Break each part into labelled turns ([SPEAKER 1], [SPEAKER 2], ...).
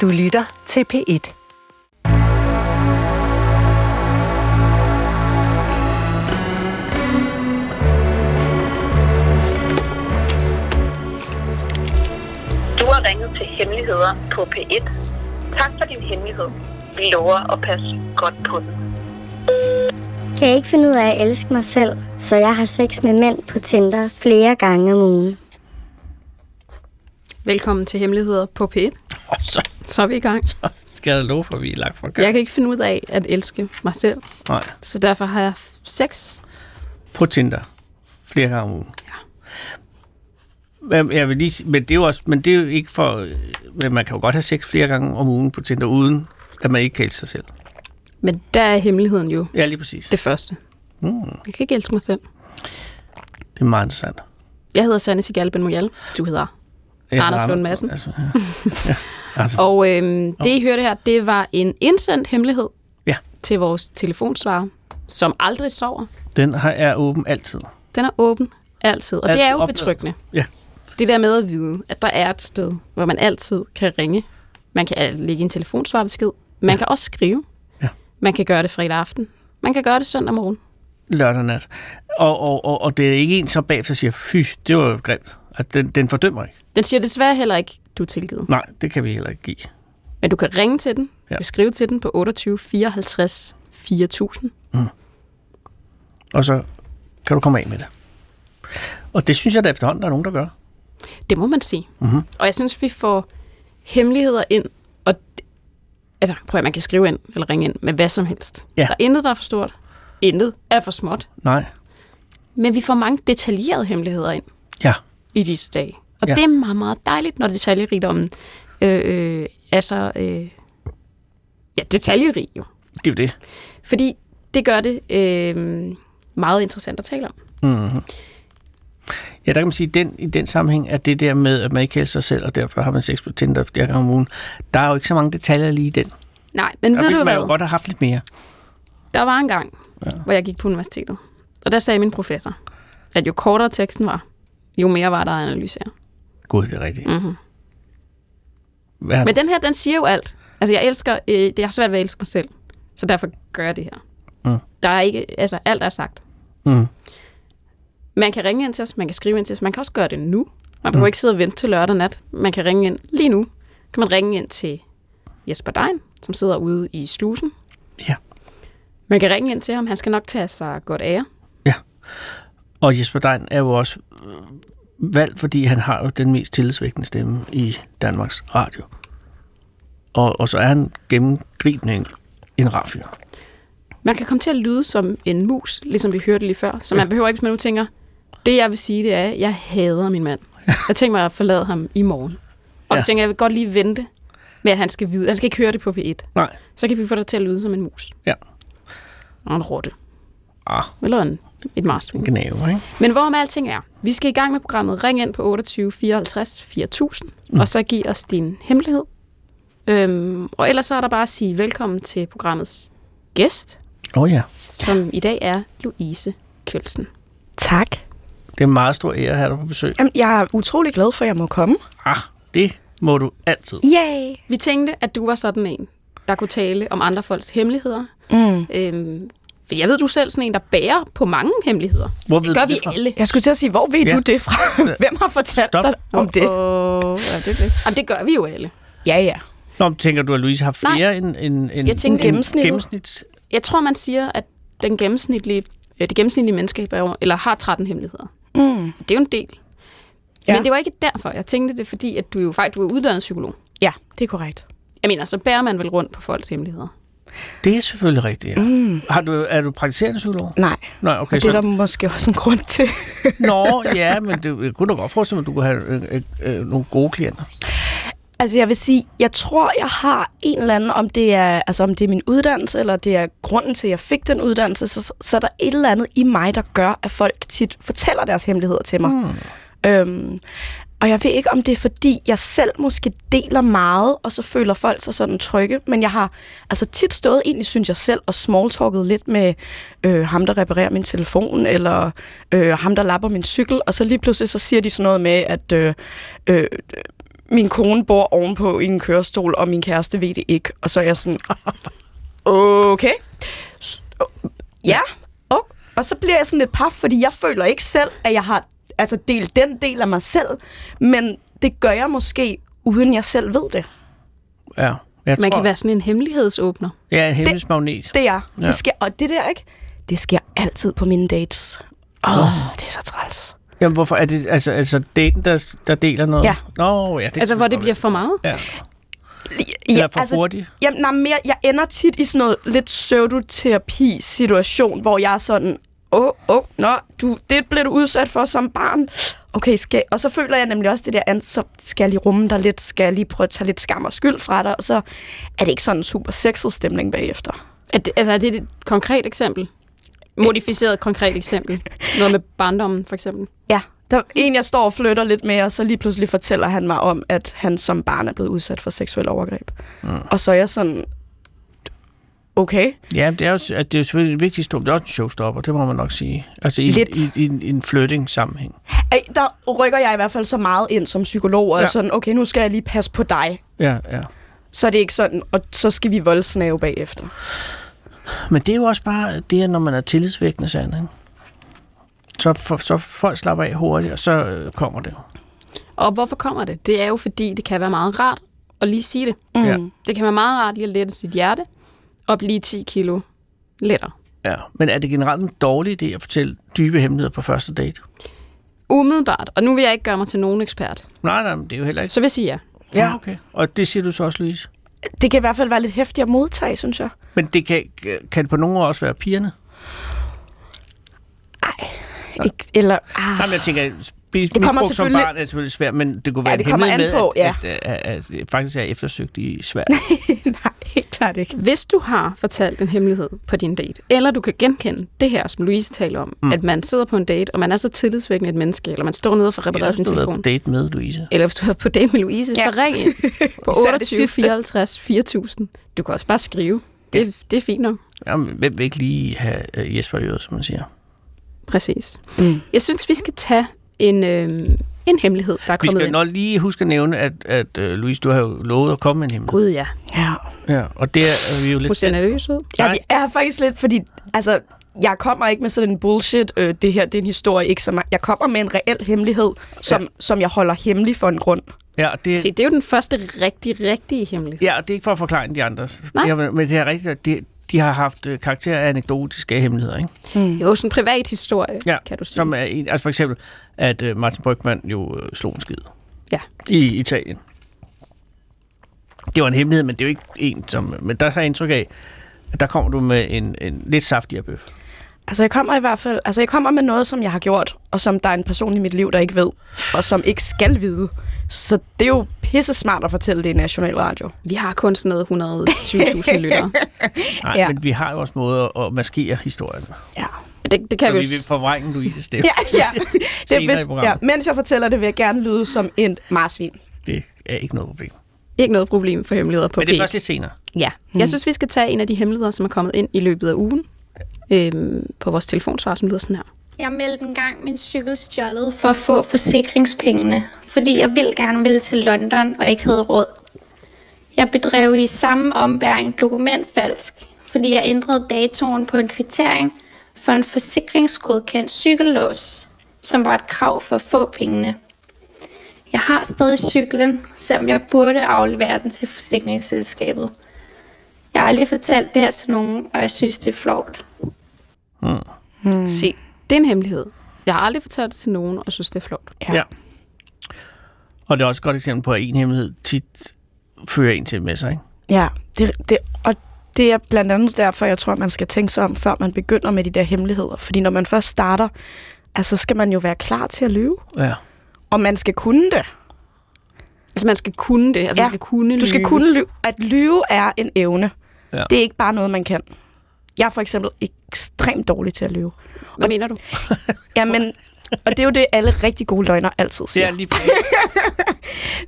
[SPEAKER 1] Du lytter til P1.
[SPEAKER 2] Du har ringet til Hemmeligheder på P1. Tak for din hemmelighed. Vi lover at passe godt på den.
[SPEAKER 3] Kan jeg ikke finde ud af at elske mig selv, så jeg har sex med mænd på Tinder flere gange om ugen.
[SPEAKER 4] Velkommen til Hemmeligheder på P1.
[SPEAKER 5] Og så
[SPEAKER 4] Så er vi i gang.
[SPEAKER 5] skal jeg da love for, at vi er lagt fra gang.
[SPEAKER 4] Jeg kan ikke finde ud af at elske mig selv,
[SPEAKER 5] Nej.
[SPEAKER 4] så derfor har jeg f- sex.
[SPEAKER 5] På Tinder. Flere gange om ugen. Ja. Jeg vil lige sige, men det er jo også, men det er jo ikke for, øh, men man kan jo godt have sex flere gange om ugen på Tinder, uden at man ikke kan elske sig selv.
[SPEAKER 4] Men der er hemmeligheden jo
[SPEAKER 5] Ja, lige præcis. Det,
[SPEAKER 4] det første.
[SPEAKER 5] mm,
[SPEAKER 4] Jeg kan ikke elske mig selv.
[SPEAKER 5] det er meget interessant.
[SPEAKER 4] Jeg hedder Sanne Sigal Ben Moyal. Du hedder.
[SPEAKER 5] Ja,
[SPEAKER 4] Anders
[SPEAKER 5] Arne-
[SPEAKER 4] Lund Madsen.
[SPEAKER 5] Altså, ja. ja. Altså,
[SPEAKER 4] Og øhm, det, I hørte her, det var en indsendt hemmelighed
[SPEAKER 5] Ja.
[SPEAKER 4] til vores telefonsvarer, som aldrig sover.
[SPEAKER 5] den har, er åben altid.
[SPEAKER 4] Den er åben altid, og det
[SPEAKER 5] Altid
[SPEAKER 4] er jo
[SPEAKER 5] opdaget.
[SPEAKER 4] betryggende.
[SPEAKER 5] Ja.
[SPEAKER 4] Det der med at vide, at der er et sted, hvor man altid kan ringe. Man kan øh, lægge en telefonsvarbesked. Man ja. kan også skrive.
[SPEAKER 5] Ja.
[SPEAKER 4] Man kan gøre det fredag aften. Man kan gøre det søndag morgen.
[SPEAKER 5] Lørdag nat. Og, og, og, og det er ikke en, som bagefter siger, fy, det var jo grimt. At den, den fordømmer ikke.
[SPEAKER 4] Den siger desværre heller ikke, du er tilgivet.
[SPEAKER 5] Nej, det kan vi heller ikke give.
[SPEAKER 4] Men du kan ringe til den.
[SPEAKER 5] Ja.
[SPEAKER 4] Ja. skrive til den på 28 54 4000.
[SPEAKER 5] og så kan du komme af med det. Og det synes jeg da efterhånden, der er nogen, der gør.
[SPEAKER 4] Det må man sige.
[SPEAKER 5] Mhm.
[SPEAKER 4] Mm-hmm. Og jeg synes, vi får hemmeligheder ind. Og d- altså, prøv at man kan skrive ind eller ringe ind med hvad som helst.
[SPEAKER 5] Ja.
[SPEAKER 4] Der er intet, der er for stort. Intet er for småt.
[SPEAKER 5] Nej.
[SPEAKER 4] Men vi får mange detaljerede hemmeligheder ind.
[SPEAKER 5] Ja.
[SPEAKER 4] i disse dage. Og
[SPEAKER 5] Ja.
[SPEAKER 4] ja. det er meget, meget dejligt, når detaljerigdommen øh, øh, er så øh, ja, detaljerig jo.
[SPEAKER 5] Det er jo det.
[SPEAKER 4] Fordi det gør det øh, meget interessant at tale om.
[SPEAKER 5] Ja, der kan man sige, den, i den sammenhæng, at det der med, at man ikke helst sig selv, og derfor har man sex på Tinder flere gange om ugen, der er jo ikke så mange detaljer lige i den.
[SPEAKER 4] Nej, men
[SPEAKER 5] Der
[SPEAKER 4] ved
[SPEAKER 5] ville
[SPEAKER 4] du
[SPEAKER 5] man jo
[SPEAKER 4] hvad?
[SPEAKER 5] godt have haft lidt mere.
[SPEAKER 4] Der var en gang, ja. hvor jeg gik på universitetet, og der sagde min professor, at jo kortere teksten var, jo mere var der at analysere. Mhm.
[SPEAKER 5] Gud, det er rigtigt. Mm-hmm. Hvad har
[SPEAKER 4] Men
[SPEAKER 5] du-
[SPEAKER 4] den her, den siger jo alt. Altså, jeg elsker, øh, det jeg har svært ved at elske mig selv, så derfor gør jeg det her.
[SPEAKER 5] Mm.
[SPEAKER 4] Der er ikke, altså, alt er sagt.
[SPEAKER 5] Mm.
[SPEAKER 4] Man kan ringe ind til os, man kan skrive ind til os, man kan også gøre det nu. Man
[SPEAKER 5] Mm.
[SPEAKER 4] behøver ikke sidde og vente til lørdag nat. Man kan ringe ind lige nu. Kan man ringe ind til Jesper Dein, som sidder ude i slusen.
[SPEAKER 5] Ja.
[SPEAKER 4] Man kan ringe ind til ham, han skal nok tage sig godt af jer.
[SPEAKER 5] Og Jesper Dein er jo også øh, valgt, fordi han har jo den mest tillidsvækkende stemme i Danmarks Radio. Og, og så er han gennemgribende en, en rar fyr.
[SPEAKER 4] Man kan komme til at lyde som en mus, ligesom vi hørte lige før. Så man behøver ikke, hvis man nu tænker, det jeg vil sige, det er, jeg hader min mand. Jeg tænker mig at forlade ham i morgen. Og ja.
[SPEAKER 5] Ja.
[SPEAKER 4] du tænker, jeg vil godt lige vente med, at han skal vide. Han skal ikke høre det på P1.
[SPEAKER 5] Nej.
[SPEAKER 4] Så kan vi få dig til at lyde som en mus.
[SPEAKER 5] Ja.
[SPEAKER 4] Og en rotte.
[SPEAKER 5] Ah,
[SPEAKER 4] Eller en, et marsvin.
[SPEAKER 5] gnaver, ikke?
[SPEAKER 4] Men hvorom alting er, vi skal i gang med programmet. Ring ind på 28 54 4000, mm. og så giv os din hemmelighed. Øhm, og ellers så er der bare at sige velkommen til programmets gæst,
[SPEAKER 5] Åh oh, ja.
[SPEAKER 4] som i dag er Louise Kølsen.
[SPEAKER 6] Tak.
[SPEAKER 5] Det er en meget stor ære at have dig på besøg.
[SPEAKER 6] Jamen, jeg er utrolig glad for, at jeg må komme.
[SPEAKER 5] Ah, det må du altid.
[SPEAKER 6] Yay!
[SPEAKER 4] Vi tænkte, at du var sådan en, der kunne tale om andre folks hemmeligheder.
[SPEAKER 6] Mm.
[SPEAKER 4] Øhm, for jeg ved, du er selv sådan en, der bærer på mange hemmeligheder.
[SPEAKER 5] Hvor ved
[SPEAKER 4] Det gør
[SPEAKER 5] du
[SPEAKER 4] vi
[SPEAKER 5] det fra?
[SPEAKER 4] alle.
[SPEAKER 6] Jeg skulle til at sige, hvor ved
[SPEAKER 5] Ja.
[SPEAKER 6] ja. du det fra? Hvem har fortalt
[SPEAKER 5] Stop.
[SPEAKER 6] dig om det?
[SPEAKER 4] Åh, ja, det, er det. Jamen, det gør vi jo alle.
[SPEAKER 6] Ja, ja.
[SPEAKER 5] Nå, men tænker du, at Louise har flere end, end, end,
[SPEAKER 4] Jeg tænkte-
[SPEAKER 5] end
[SPEAKER 6] Gennemsnittet.
[SPEAKER 5] gennemsnit?
[SPEAKER 4] Jeg tror, man siger, at den gennemsnitlige, øh, det gennemsnitlige menneske bærer, eller har 13 hemmeligheder.
[SPEAKER 6] Mm.
[SPEAKER 4] Det er jo en del. Ja.
[SPEAKER 6] Ja.
[SPEAKER 4] Men det var ikke derfor. Jeg tænkte det, er fordi at du jo faktisk du er uddannet psykolog.
[SPEAKER 6] Ja, det er korrekt.
[SPEAKER 4] Jeg mener, så bærer man vel rundt på folks hemmeligheder.
[SPEAKER 5] Det er selvfølgelig rigtigt, ja. Mm. Har du, er du praktiserende psykolog?
[SPEAKER 6] Nej,
[SPEAKER 5] Nej, okay.
[SPEAKER 6] og det er
[SPEAKER 5] Så,
[SPEAKER 6] der måske også en grund til.
[SPEAKER 5] nå, ja, men det jeg kunne da godt forestille mig, at du kunne have øh, øh, øh, nogle gode klienter.
[SPEAKER 6] Altså, jeg vil sige, jeg tror, jeg har en eller anden, om det er, altså, om det er min uddannelse, eller det er grunden til, at jeg fik den uddannelse, så, så er der et eller andet i mig, der gør, at folk tit fortæller deres hemmeligheder til mig. Mm. Øhm, og jeg ved ikke, om det er, fordi jeg selv måske deler meget, og så føler folk sig sådan trygge, men jeg har altså tit stået, egentlig synes jeg selv, og smalltalket lidt med øh, ham, der reparerer min telefon, eller øh, ham, der lapper min cykel, og så lige pludselig så siger de sådan noget med, at øh, øh, min kone bor ovenpå i en kørestol, og min kæreste ved det ikke. Og så er jeg sådan, okay. S- Ja, og, og så bliver jeg sådan lidt paf, fordi jeg føler ikke selv, at jeg har altså delt den del af mig selv, men det gør jeg måske, uden jeg selv ved det.
[SPEAKER 5] Ja. Jeg
[SPEAKER 4] Man
[SPEAKER 5] tror,
[SPEAKER 4] kan være sådan en hemmelighedsåbner.
[SPEAKER 5] Ja, en hemmeligsmagnet.
[SPEAKER 6] Det er. Ja.
[SPEAKER 5] Ja.
[SPEAKER 6] Det sker, og det der, ikke? Det sker altid på mine dates. Åh, oh, det er så træls.
[SPEAKER 5] Jamen, hvorfor er det... Altså, altså daten, der, der deler noget?
[SPEAKER 6] Ja.
[SPEAKER 5] Nå, ja. Det
[SPEAKER 4] Altså,
[SPEAKER 5] kan
[SPEAKER 4] hvor
[SPEAKER 5] godt
[SPEAKER 4] det bliver
[SPEAKER 5] være.
[SPEAKER 4] for meget.
[SPEAKER 5] Ja.
[SPEAKER 6] Ja,
[SPEAKER 5] Eller for altså, hurtigt.
[SPEAKER 6] Jamen, nej, mere, jeg ender tit i sådan noget lidt pseudoterapi-situation, hvor jeg er sådan, åh, oh, åh, oh, nå, du, det blev du udsat for som barn. Okay, skal, og så føler jeg nemlig også det der, an, så skal jeg lige rumme dig lidt, skal jeg lige prøve at tage lidt skam og skyld fra dig, og så er det ikke sådan en super sexet stemning bagefter.
[SPEAKER 4] Er det, altså, er det et konkret eksempel? Modificeret konkret eksempel. Noget med barndommen, for eksempel.
[SPEAKER 6] Ja, der er en, jeg står og flytter lidt med, og så lige pludselig fortæller han mig om, at han som barn er blevet udsat for seksuel overgreb. Mm. Og så er jeg sådan, okay,
[SPEAKER 5] Ja, det er, jo, altså, det er jo selvfølgelig en vigtig historie, men det er også en showstopper, det må man nok sige. Altså i,
[SPEAKER 6] Lidt.
[SPEAKER 5] i, i, en- i en flirting-sammenhæng.
[SPEAKER 6] Ej, der rykker jeg i hvert fald så meget ind som psykolog, og
[SPEAKER 5] Ja.
[SPEAKER 6] ja. sådan, okay, nu skal jeg lige passe på dig.
[SPEAKER 5] Ja, ja.
[SPEAKER 6] Så er det ikke sådan, og så skal vi voldsnave bagefter.
[SPEAKER 5] Men det er jo også bare det, at når man er tillidsvækkende, sand, ikke? Så, for, så folk slapper af hurtigt, og så øh, kommer det jo.
[SPEAKER 4] Og hvorfor kommer det? Det er jo, fordi det kan være meget rart at lige sige det.
[SPEAKER 6] Mm.
[SPEAKER 5] Ja.
[SPEAKER 4] Det kan være meget rart lige at lette sit hjerte og blive 10 kilo lettere.
[SPEAKER 5] Ja. Men er det generelt en dårlig idé at fortælle dybe hemmeligheder på første date?
[SPEAKER 4] Umiddelbart, og nu vil jeg ikke gøre mig til nogen ekspert,
[SPEAKER 5] Nej, nej, men det er jo heller ikke.
[SPEAKER 4] så vil jeg sige ja.
[SPEAKER 5] Ja, okay. Og det siger du så også, Louise.
[SPEAKER 6] Det kan i hvert fald være lidt hæftigt at modtage, synes jeg.
[SPEAKER 5] Men det kan, kan det på nogle år også være pigerne?
[SPEAKER 6] Ikke, eller, ah,
[SPEAKER 5] Jamen, jeg tænker, spis, det
[SPEAKER 6] kommer
[SPEAKER 5] kommer som
[SPEAKER 6] selvfølgelig-
[SPEAKER 5] barn er selvfølgelig svært, men det kunne være
[SPEAKER 6] Ja,
[SPEAKER 5] en
[SPEAKER 6] det kommer
[SPEAKER 5] hemmelighed
[SPEAKER 6] an på,
[SPEAKER 5] med,
[SPEAKER 6] ja.
[SPEAKER 5] at, at, at, at, det faktisk er eftersøgt i Sverige.
[SPEAKER 6] nej, helt klart ikke.
[SPEAKER 4] Hvis du har fortalt en hemmelighed på din date, eller du kan genkende det her, som Louise taler om, mm. at man sidder på en date, og man er så tillidsvækkende et menneske, eller man står nede og får repareret ja, sin
[SPEAKER 5] du har været
[SPEAKER 4] telefon,
[SPEAKER 5] på date med Louise.
[SPEAKER 4] eller hvis du er på date med Louise, ja.
[SPEAKER 6] Ja.
[SPEAKER 4] så ring ind på
[SPEAKER 6] Især det
[SPEAKER 4] 28
[SPEAKER 6] sidste.
[SPEAKER 4] 54 4000. Du kan også bare skrive. Det, det er fint nok.
[SPEAKER 5] Jamen, hvem vil ikke lige have øh, Jesper i øret, som man siger?
[SPEAKER 4] Præcis. Mm. Jeg synes, vi skal tage en, øh, en hemmelighed, der er
[SPEAKER 5] Vi
[SPEAKER 4] kommet
[SPEAKER 5] skal
[SPEAKER 4] ind.
[SPEAKER 5] nok lige huske at nævne, at, at uh, Louise, du har jo lovet at komme med en hemmelighed.
[SPEAKER 4] Gud ja.
[SPEAKER 6] Ja.
[SPEAKER 5] Ja, og det er øh, vi jo
[SPEAKER 4] Du
[SPEAKER 5] lidt...
[SPEAKER 4] ser nervøs ud.
[SPEAKER 6] ja,
[SPEAKER 5] Nej.
[SPEAKER 6] vi er faktisk lidt, fordi altså, jeg kommer ikke med sådan en bullshit, øh, det her det er en historie, ikke så meget. Jeg kommer med en reel hemmelighed, som, ja. som jeg holder hemmelig for en grund.
[SPEAKER 5] Ja, og det,
[SPEAKER 4] Se, det er jo den første rigtig, rigtige hemmelighed.
[SPEAKER 5] ja, og det er ikke for at forklare de andre.
[SPEAKER 4] Nej.
[SPEAKER 5] Ja, men men det er rigtigt, at de, de har haft øh, karakter af anekdotiske hemmeligheder, ikke?
[SPEAKER 4] Jo, sådan en privat historie,
[SPEAKER 5] Ja,
[SPEAKER 4] kan du sige.
[SPEAKER 5] Som er en, altså for eksempel, at øh, Martin Brygman jo øh, slog en skid.
[SPEAKER 4] Ja.
[SPEAKER 5] I Italien. Det var en hemmelighed, men det er jo ikke en, som... Men der har jeg indtryk af, at der kommer du med en, en lidt saftigere bøf.
[SPEAKER 6] Altså, jeg kommer i hvert fald... Altså, jeg kommer med noget, som jeg har gjort, og som der er en person i mit liv, der ikke ved, og som ikke skal vide. Så det er jo pisse smart at fortælle det i national radio.
[SPEAKER 4] Vi har kun sådan noget 120.000 lyttere.
[SPEAKER 5] Nej, ja.
[SPEAKER 6] Ja.
[SPEAKER 5] men vi har jo også måder at maskere historien.
[SPEAKER 6] Ja.
[SPEAKER 4] Det, det kan
[SPEAKER 5] Så
[SPEAKER 4] vi
[SPEAKER 5] vi
[SPEAKER 4] jo...
[SPEAKER 5] vil forvrænge Louises stemme.
[SPEAKER 6] Ja, ja. Det
[SPEAKER 5] Senere
[SPEAKER 6] er
[SPEAKER 5] i
[SPEAKER 6] vist,
[SPEAKER 5] programmet.
[SPEAKER 6] ja. Mens jeg fortæller det, vil jeg gerne lyde som en marsvin.
[SPEAKER 5] Det er ikke noget problem.
[SPEAKER 4] Ikke noget problem for hemmeligheder på
[SPEAKER 5] Men det er Mm.
[SPEAKER 4] P1.
[SPEAKER 5] først lidt senere.
[SPEAKER 4] Ja. Jeg synes, vi skal tage en af de hemmeligheder, som er kommet ind i løbet af ugen øhm, på vores telefonsvar, som lyder sådan her.
[SPEAKER 1] Jeg meldte engang min cykel stjålet for at få forsikringspengene, fordi jeg ville gerne ville til London og ikke havde råd. Jeg bedrev i samme ombæring dokumentfalsk, fordi jeg ændrede datoen på en kvittering for en forsikringsgodkendt cykellås, som var et krav for at få pengene. Jeg har stadig cyklen, selvom jeg burde aflevere den til forsikringsselskabet. Jeg har aldrig fortalt det her til nogen, og jeg synes, det er flovt.
[SPEAKER 6] Mm.
[SPEAKER 4] Se, det er en hemmelighed. Jeg har aldrig fortalt det til nogen, og synes, det er flot.
[SPEAKER 5] Ja. Og det er også et godt eksempel på, at en hemmelighed tit fører en til med sig, ikke?
[SPEAKER 6] Ja, det, det, og det er blandt andet derfor, jeg tror, man skal tænke sig om, før man begynder med de der hemmeligheder. Fordi når man først starter, altså, så skal man jo være klar til at lyve.
[SPEAKER 5] Ja.
[SPEAKER 6] Og man skal kunne det.
[SPEAKER 4] Altså, man skal kunne det. Altså, ja. man skal kunne
[SPEAKER 6] Du skal
[SPEAKER 4] lyve.
[SPEAKER 6] kunne lyve. At lyve er en evne.
[SPEAKER 5] Ja.
[SPEAKER 6] Ja. Det er ikke bare noget, man kan. Jeg er for eksempel ekstremt dårlig til at lyve.
[SPEAKER 4] Hvad mener du?
[SPEAKER 6] Jamen, og det er jo det, alle rigtig gode løgner altid
[SPEAKER 5] Det
[SPEAKER 6] siger.
[SPEAKER 5] er lige præcis.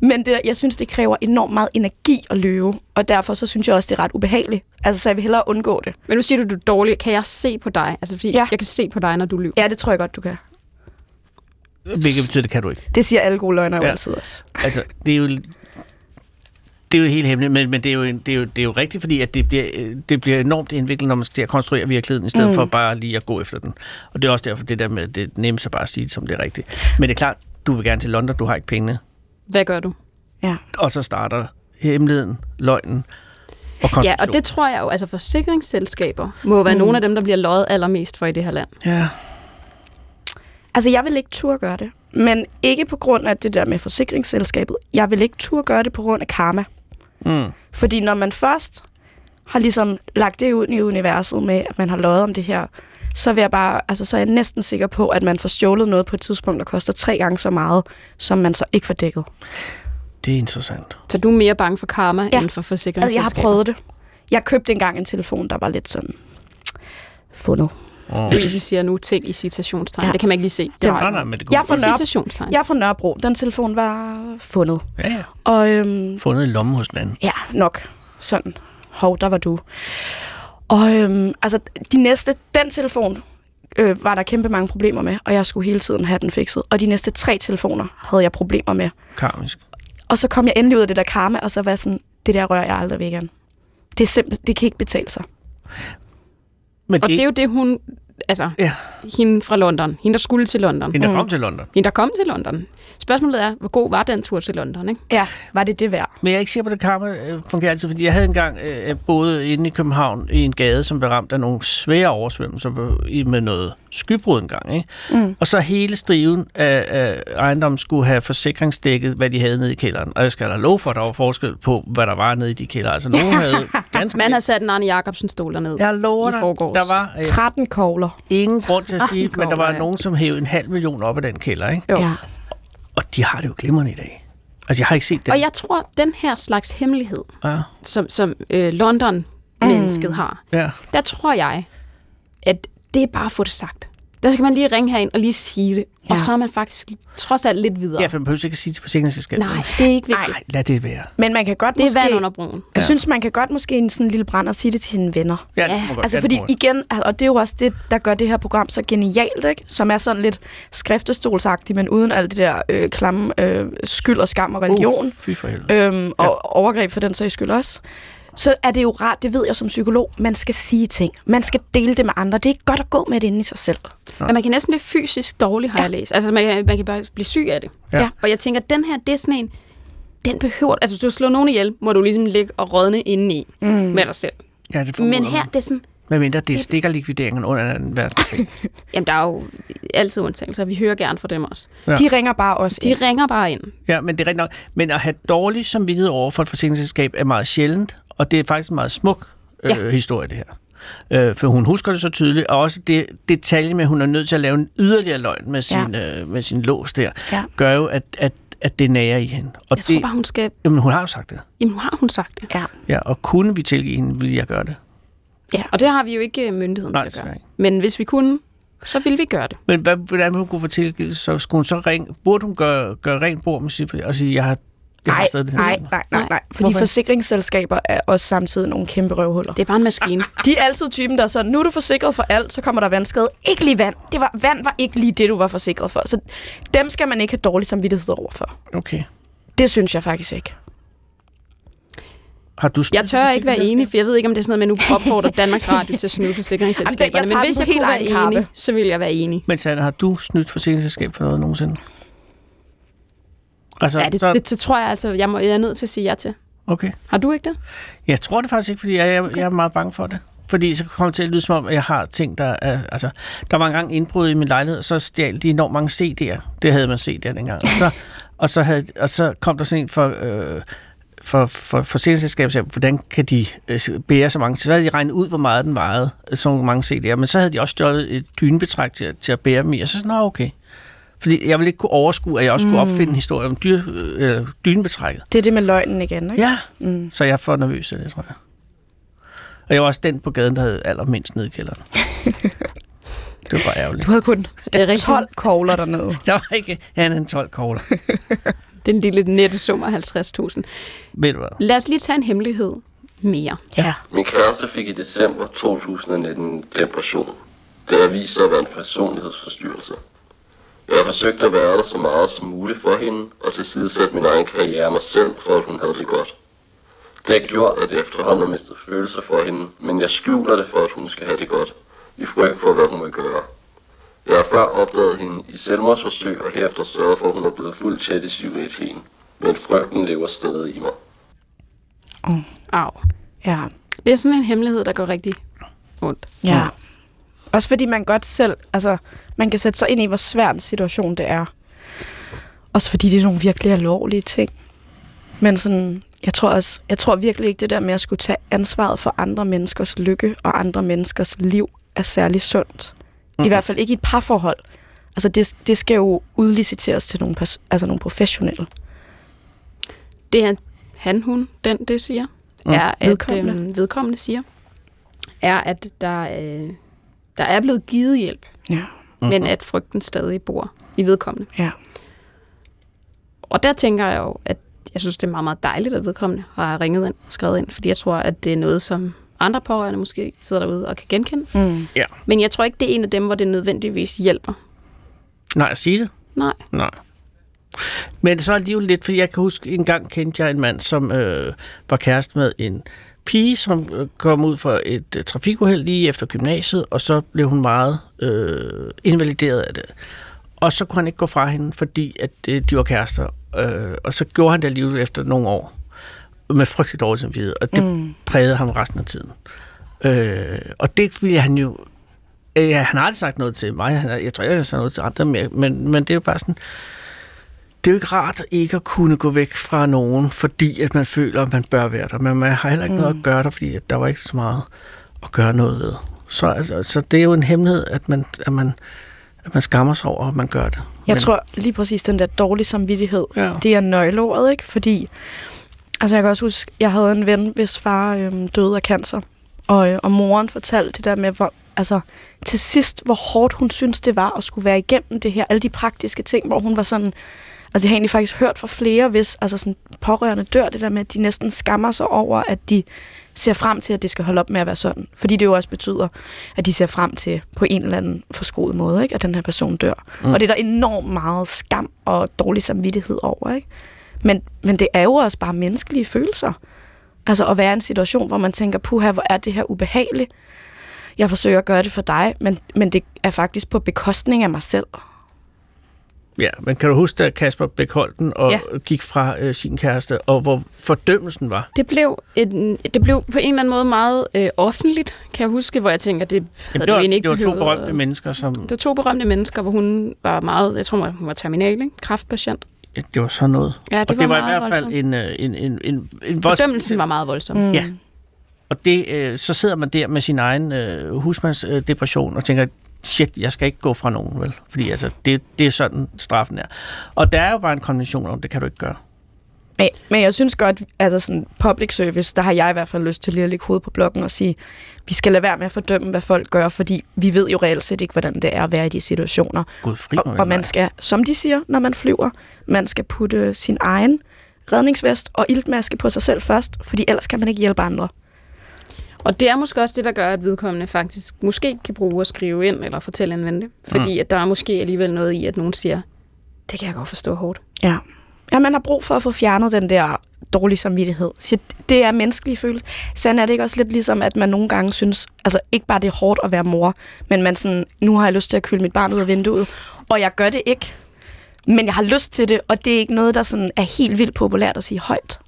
[SPEAKER 6] Men det, jeg synes, det kræver enormt meget energi at lyve, og derfor så synes jeg også, det er ret ubehageligt. Altså, så jeg vil hellere undgå det.
[SPEAKER 4] Men nu siger du, du er dårlig. Kan jeg se på dig? Altså, fordi
[SPEAKER 6] Ja.
[SPEAKER 4] jeg kan se på dig, når du lyver.
[SPEAKER 6] Ja, det tror jeg godt, du kan.
[SPEAKER 5] Hvilket betyder, det kan du ikke.
[SPEAKER 6] Det siger alle gode løgnere ja.
[SPEAKER 5] Ja.
[SPEAKER 6] jo altid også.
[SPEAKER 5] Altså, det er jo... Det er jo helt hemmeligt, men, men det, er jo, en- det, er jo, det er jo rigtigt, fordi at det, bliver, øh, det bliver enormt indviklet, når man skal til at konstruere virkeligheden, i stedet mm. for bare lige at gå efter den. Og det er også derfor, det der med, det er nemmest at bare sige det, som det er rigtigt. Men det er klart, du vil gerne til London, du har ikke pengene.
[SPEAKER 4] Hvad gør du?
[SPEAKER 6] Ja.
[SPEAKER 5] Og så starter hemmeligheden, løgnen og
[SPEAKER 4] Ja,
[SPEAKER 5] konstruktionen.
[SPEAKER 4] og det tror jeg jo, altså forsikringsselskaber må være mm. nogle af dem, der bliver løjet allermest for i det her land.
[SPEAKER 5] Ja.
[SPEAKER 6] Altså, jeg vil ikke turde gøre det. Men ikke på grund af det der med forsikringsselskabet. Jeg vil ikke turde gøre det på grund af karma.
[SPEAKER 5] Mm.
[SPEAKER 6] Fordi når man først har ligesom lagt det ud i universet med, at man har løjet om det her, så, vil jeg bare, altså, så er jeg næsten sikker på, at man får stjålet noget på et tidspunkt, der koster tre gange så meget, som man så ikke får dækket.
[SPEAKER 5] Det er interessant.
[SPEAKER 4] Så du er mere bange for karma
[SPEAKER 6] Ja.
[SPEAKER 4] ja. end for forsikringsselskaber?
[SPEAKER 6] Altså, jeg har prøvet det. Jeg købte engang en telefon, der var lidt sådan fundet.
[SPEAKER 5] Oh.
[SPEAKER 4] Louise siger nu ting i citationstegn.
[SPEAKER 6] Ja.
[SPEAKER 4] Ja. Det kan man ikke lige se. Det
[SPEAKER 5] Nej, nej,
[SPEAKER 4] var
[SPEAKER 5] men det
[SPEAKER 6] Jeg
[SPEAKER 5] kunne
[SPEAKER 6] er fra
[SPEAKER 4] i
[SPEAKER 6] Nørrebro.
[SPEAKER 4] citationstegn.
[SPEAKER 6] Jeg er fra Nørrebro. Den telefon var fundet.
[SPEAKER 5] ja, ja.
[SPEAKER 6] Og øhm,
[SPEAKER 5] fundet i lommen hos den anden.
[SPEAKER 6] Ja, nok. Sådan. Hov, der var du. Og øhm, altså, de næste, den telefon, øh, var der kæmpe mange problemer med, og jeg skulle hele tiden have den fikset. Og de næste tre telefoner havde jeg problemer med.
[SPEAKER 5] Karmisk.
[SPEAKER 6] Og så kom jeg endelig ud af det der karma, og så var jeg sådan, det der rører jeg aldrig ved igen. Det, er simpel, det kan ikke betale sig.
[SPEAKER 5] Men
[SPEAKER 4] Og det er jo det, hun... Altså,
[SPEAKER 5] Ja.
[SPEAKER 4] hende fra London. Hende, der skulle til London.
[SPEAKER 5] en, der kom til London.
[SPEAKER 4] Hende, der kom til London. Spørgsmålet er, hvor god var den tur til London, ikke?
[SPEAKER 6] Ja, var det det værd?
[SPEAKER 5] Men jeg er ikke sikker på, at det karma øh, fungerer altid, fordi jeg havde engang øh, boet inde i København i en gade, som blev ramt af nogle svære oversvømmelser på- i- med noget skybrud engang. Ikke? Mm. Og så hele striven af, af ejendommen skulle have forsikringsdækket, hvad de havde nede i kælderen. Og jeg skal da love for, at der var forskel på, hvad der var nede i de kælder. Altså, nogen havde ganske...
[SPEAKER 4] Man har sat en Arne Jacobsen-stol derned.
[SPEAKER 5] jeg lover
[SPEAKER 4] i
[SPEAKER 5] dig,
[SPEAKER 4] forgårs.
[SPEAKER 5] der var øh,
[SPEAKER 6] 13 kogler.
[SPEAKER 5] ingen grund til at sige, men der
[SPEAKER 4] kommer
[SPEAKER 5] var
[SPEAKER 4] jeg.
[SPEAKER 5] nogen, som hævde en halv million op af den kælder. Ikke?
[SPEAKER 4] Jo.
[SPEAKER 6] Ja.
[SPEAKER 5] Og de har det jo glimrende i dag. Altså, jeg har ikke set Ah, det.
[SPEAKER 4] Og jeg tror, den her slags hemmelighed,
[SPEAKER 5] Ja,
[SPEAKER 4] som, som øh, London-mennesket har,
[SPEAKER 5] ja.
[SPEAKER 4] der tror jeg, at det er bare at få det sagt. Der skal man lige ringe herind og lige sige det. Ja. Og så er man faktisk trods alt lidt videre.
[SPEAKER 5] ja for man behøver ikke at sige til forsikringsselskabet.
[SPEAKER 4] Nej, det er ikke vigtigt.
[SPEAKER 5] Nej, lad det være.
[SPEAKER 6] Men man kan godt
[SPEAKER 4] Det er
[SPEAKER 6] måske...
[SPEAKER 4] vand under broen.
[SPEAKER 6] Jeg synes, man kan godt måske i en sådan lille brand og sige det til sine venner.
[SPEAKER 5] Ja, det må godt.
[SPEAKER 6] Altså
[SPEAKER 5] Ja, det
[SPEAKER 6] fordi
[SPEAKER 5] må godt.
[SPEAKER 6] igen, og det er jo også det, der gør det her program så genialt, ikke? som er sådan lidt skriftestolsagtigt, men uden alt det der øh, klamme øh, skyld og skam og religion,
[SPEAKER 5] Uh, fy for helvede.
[SPEAKER 6] uh. øhm, og overgreb for den sags skyld også, så er det jo rart, det ved jeg som psykolog, man skal sige ting. Man skal dele det med andre. Det er ikke godt at gå med det inde i sig selv.
[SPEAKER 4] Men man kan næsten blive fysisk dårlig, har ja. jeg læst. Altså, man, man kan bare blive syg af det.
[SPEAKER 5] Ja.
[SPEAKER 4] Og jeg tænker, den her, det er sådan en, den behøver... Altså, hvis du slår nogen ihjel, må du ligesom ligge og rådne indeni mm. med dig selv.
[SPEAKER 5] Ja, det
[SPEAKER 4] Men her, det er sådan...
[SPEAKER 5] Hvad mindre det stikker likvideringen under den verdenskrig.
[SPEAKER 4] Jamen, der er jo altid undtagelser. Vi hører gerne fra dem også.
[SPEAKER 5] Ja.
[SPEAKER 6] Ja. De ringer bare også
[SPEAKER 4] De ringer bare ind.
[SPEAKER 5] ja, men det er rigtigt nok. Men at have dårlig samvittighed over for et forsikringsselskab er meget sjældent, og det er faktisk en meget smuk øh,
[SPEAKER 4] Ja.
[SPEAKER 5] historie, det her. Øh, for hun husker det så tydeligt, og også det detalje med, at hun er nødt til at lave en yderligere løgn med sin, ja. øh, med sin lås der,
[SPEAKER 6] Ja.
[SPEAKER 5] gør jo, at, at, at det nærer i hende. Og
[SPEAKER 4] Jeg
[SPEAKER 5] det,
[SPEAKER 4] tror bare, hun skal...
[SPEAKER 5] Jamen, hun har jo sagt det.
[SPEAKER 4] Jamen, nu har hun sagt det.
[SPEAKER 6] Ja.
[SPEAKER 5] Ja, og kunne vi tilgive hende, ville jeg gøre det.
[SPEAKER 4] Ja, og det har vi jo ikke øh, myndigheden
[SPEAKER 5] Nej,
[SPEAKER 4] til at
[SPEAKER 5] desværre
[SPEAKER 4] gøre.
[SPEAKER 5] ikke.
[SPEAKER 4] Men hvis vi kunne, så ville vi gøre det.
[SPEAKER 5] Men hvad, hvordan ville hun kunne få tilgivelse? Så skulle hun så ringe, burde hun gøre, gøre rent bord med sin, og sige, jeg har, jeg har
[SPEAKER 6] Nej,
[SPEAKER 5] stadig det her?
[SPEAKER 6] nej,
[SPEAKER 5] sådan.
[SPEAKER 6] nej, nej, nej. Fordi
[SPEAKER 4] Hvorfor?
[SPEAKER 6] forsikringsselskaber er også samtidig nogle kæmpe røvhuller.
[SPEAKER 4] Det er bare en maskine.
[SPEAKER 6] De er altid typen, der er sådan, nu er du forsikret for alt, så kommer der vandskade. Ikke lige vand. Det var, vand var ikke lige det, du var forsikret for. Så dem skal man ikke have dårlig samvittighed over for.
[SPEAKER 5] Okay.
[SPEAKER 6] Det synes jeg faktisk ikke.
[SPEAKER 5] Har du
[SPEAKER 4] Jeg tør ikke være enig, for jeg ved ikke, om det er sådan noget, man nu opfordrer Danmarks Radio til at snyde forsikringsselskaberne.
[SPEAKER 6] Jamen, jeg tager
[SPEAKER 4] Men
[SPEAKER 6] den
[SPEAKER 4] hvis
[SPEAKER 6] på
[SPEAKER 4] jeg
[SPEAKER 6] helt
[SPEAKER 4] kunne være
[SPEAKER 6] egen kappe.
[SPEAKER 4] enig, så ville jeg være enig.
[SPEAKER 5] Men Sanne, har du snydt forsikringsselskab for noget nogensinde? Altså,
[SPEAKER 4] Ja, det,
[SPEAKER 5] så,
[SPEAKER 4] det, det tror jeg altså, jeg, må, jeg er nødt til at sige ja til.
[SPEAKER 5] okay.
[SPEAKER 4] Har du ikke det?
[SPEAKER 5] Jeg tror det faktisk ikke, fordi jeg, jeg, jeg er meget bange for det. Fordi så kommer det til at lyde som om, at jeg har ting, der er... Altså, der var engang indbrud i min lejlighed, og så stjal de enormt mange CD'er. Det havde man CD'er dengang. Og så, og så, havde, og så kom der sådan en for... Øh, for, for, for selskabet sagde, hvordan kan de øh, bære så mange? Så havde de regnet ud, hvor meget den vejede, øh, så mange CD'er. Men så havde de også stjålet et dynebetræk til, at- til at bære dem i. Og så sådan, nå okay. Fordi jeg ville ikke kunne overskue, at jeg også mm. kunne opfinde en historie om dyr, øh, dynebetrækket.
[SPEAKER 6] Det er det med løgnen igen, ikke?
[SPEAKER 5] Ja, mm. så jeg er for nervøs af det, tror jeg. Og jeg var også den på gaden, der havde allermindst nede i kælderen. det var bare ærgerligt.
[SPEAKER 6] Du havde kun
[SPEAKER 4] Det er rigtigt.
[SPEAKER 6] 12 kogler dernede.
[SPEAKER 5] Der var ikke andet end 12 kogler.
[SPEAKER 4] Den lille nette sum af 50.000.
[SPEAKER 5] Ved du hvad?
[SPEAKER 4] Lad os lige tage en hemmelighed mere.
[SPEAKER 6] Ja.
[SPEAKER 7] Min kæreste fik i december 2019 en depression. Det har vist sig at være en personlighedsforstyrrelse. Jeg forsøgte at være der så meget som muligt for hende, og tilsidesætte min egen karriere og mig selv, for at hun havde det godt. Det har gjort, at jeg efterhånden har mistet følelser for hende, men jeg skjuler det for, at hun skal have det godt, i frygt for, hvad hun vil gøre. Jeg har før opdaget hende i selvmordsforsøg og herefter sørget for, at hun er blevet fuldt tæt i psykiatrien, men frygten lever stadig i mig.
[SPEAKER 4] Au.
[SPEAKER 6] Ja.
[SPEAKER 4] Det er sådan en hemmelighed, der går rigtig ondt.
[SPEAKER 6] ja. Mm. Også fordi man godt selv, altså, man kan sætte sig ind i, hvor svær en situation det er. Også fordi det er nogle virkelig alvorlige ting. Men sådan, jeg tror også, jeg tror virkelig ikke det der med at skulle tage ansvaret for andre menneskers lykke og andre menneskers liv er særlig sundt. Mm. I hvert fald ikke i et parforhold. Altså det, det skal jo udliciteres til nogle, pers- altså nogle professionelle.
[SPEAKER 4] Det han, han, hun, den, det siger, er, at
[SPEAKER 6] Mm. Vedkommende.
[SPEAKER 4] øhm, vedkommende siger, er, at der, øh, der er blevet givet hjælp,
[SPEAKER 6] Ja,
[SPEAKER 4] men at frygten stadig bor i vedkommende.
[SPEAKER 6] ja.
[SPEAKER 4] Og der tænker jeg jo, at jeg synes, det er meget, meget dejligt, at vedkommende har ringet ind og skrevet ind, fordi jeg tror, at det er noget, som andre pårørende måske sidder derude og kan genkende.
[SPEAKER 6] Mm.
[SPEAKER 5] Ja.
[SPEAKER 4] Men jeg tror ikke, det er en af dem, hvor det nødvendigvis hjælper.
[SPEAKER 5] Nej, at sige det.
[SPEAKER 4] Nej.
[SPEAKER 5] Nej. Men så alligevel lidt, for jeg kan huske, en gang kendte jeg en mand, som øh, var kæreste med en pige, som øh, kom ud for et øh, trafikuheld lige efter gymnasiet, og så blev hun meget øh, invalideret af det. Og så kunne han ikke gå fra hende, fordi at øh, de var kærester. Øh, og så gjorde han det alligevel efter nogle år, med frygtelig dårlig samvittighed, og det mm. prægede ham resten af tiden. Øh, og det ville han jo... Øh, ja, han har aldrig sagt noget til mig, han, har- jeg tror ikke, han har sagt noget til andre, men, jeg- men, men det er jo bare sådan, det er jo ikke rart ikke at kunne gå væk fra nogen, fordi at man føler, at man bør være der. Men man har heller ikke mm. noget at gøre der, fordi at der var ikke så meget at gøre noget ved. Så, altså, så det er jo en hemmelighed, at man, at man, at man skammer sig over, at man gør det.
[SPEAKER 6] Jeg
[SPEAKER 5] Men-
[SPEAKER 6] tror lige præcis, den der dårlige samvittighed,
[SPEAKER 5] Ja.
[SPEAKER 6] ja. det er nøgleordet, ikke? Fordi, altså jeg kan også huske, jeg havde en ven, hvis far øhm, døde af cancer. Og, øh, og moren fortalte det der med, hvor, altså til sidst, hvor hårdt hun synes det var at skulle være igennem det her. Alle de praktiske ting, hvor hun var sådan... Altså jeg har egentlig faktisk hørt fra flere, hvis altså sådan, pårørende dør det der med, at de næsten skammer sig over, at de ser frem til, at det skal holde op med at være sådan. Fordi det jo også betyder, at de ser frem til på en eller anden forskruet måde, ikke? at den her person dør. Mm. Og det er der enormt meget skam og dårlig samvittighed over. Ikke? Men, men det er jo også bare menneskelige følelser. Altså at være i en situation, hvor man tænker, puha, hvor er det her ubehageligt. Jeg forsøger at gøre det for dig, men, men det er faktisk på bekostning af mig selv.
[SPEAKER 5] Ja, men kan du huske, da Kasper Bæk Holten og
[SPEAKER 4] Ja.
[SPEAKER 5] ja. gik fra øh, sin kæreste, og hvor fordømmelsen var?
[SPEAKER 4] Det blev, en, det blev på en eller anden måde meget øh, offentligt, kan jeg huske, hvor jeg tænker, det havde
[SPEAKER 5] Jamen,
[SPEAKER 4] du
[SPEAKER 5] det, var,
[SPEAKER 4] egentlig
[SPEAKER 5] det
[SPEAKER 4] ikke
[SPEAKER 5] var to
[SPEAKER 4] behøvet at-
[SPEAKER 5] berømte mennesker, som...
[SPEAKER 4] Det var to berømte mennesker, hvor hun var meget, jeg tror, hun var terminal, ikke? Kræftpatient.
[SPEAKER 5] Ja, det var sådan noget.
[SPEAKER 4] Ja, det
[SPEAKER 5] og det var,
[SPEAKER 4] var
[SPEAKER 5] i
[SPEAKER 4] meget
[SPEAKER 5] hvert fald
[SPEAKER 4] voldsomt.
[SPEAKER 5] en, øh, en, en, en, en voldsom-
[SPEAKER 4] Fordømmelsen var meget voldsom. Mm.
[SPEAKER 5] Ja. Og det, øh, så sidder man der med sin egen øh, husmandsdepression øh, depression og tænker, shit, jeg skal ikke gå fra nogen, vel? Fordi altså, det, det er sådan, straffen er. Og der er jo bare en konvention om, det kan du ikke gøre.
[SPEAKER 6] Men, men jeg synes godt, altså sådan public service, der har jeg i hvert fald lyst til lige at lægge hovedet på blokken og sige, vi skal lade være med at fordømme, hvad folk gør, fordi vi ved jo reelt set ikke, hvordan det er at være i de situationer.
[SPEAKER 5] Gud fri mig,
[SPEAKER 6] Og, og man skal, som de siger, når man flyver, man skal putte sin egen redningsvest og iltmaske på sig selv først, fordi ellers kan man ikke hjælpe andre.
[SPEAKER 4] Og det er måske også det, der gør, at vedkommende faktisk måske kan bruge at skrive ind eller fortælle en vente. Fordi mm. at der er måske alligevel noget i, at nogen siger, det kan jeg godt forstå er hårdt.
[SPEAKER 6] Ja. ja, man har brug for at få fjernet den der dårlige samvittighed. Så det er menneskelige følelser. Sådan er det ikke også lidt ligesom, at man nogle gange synes, altså ikke bare det er hårdt at være mor, men man sådan, nu har jeg lyst til at køle mit barn ud af vinduet, og jeg gør det ikke, men jeg har lyst til det, og det er ikke noget, der sådan er helt vildt populært at sige højt.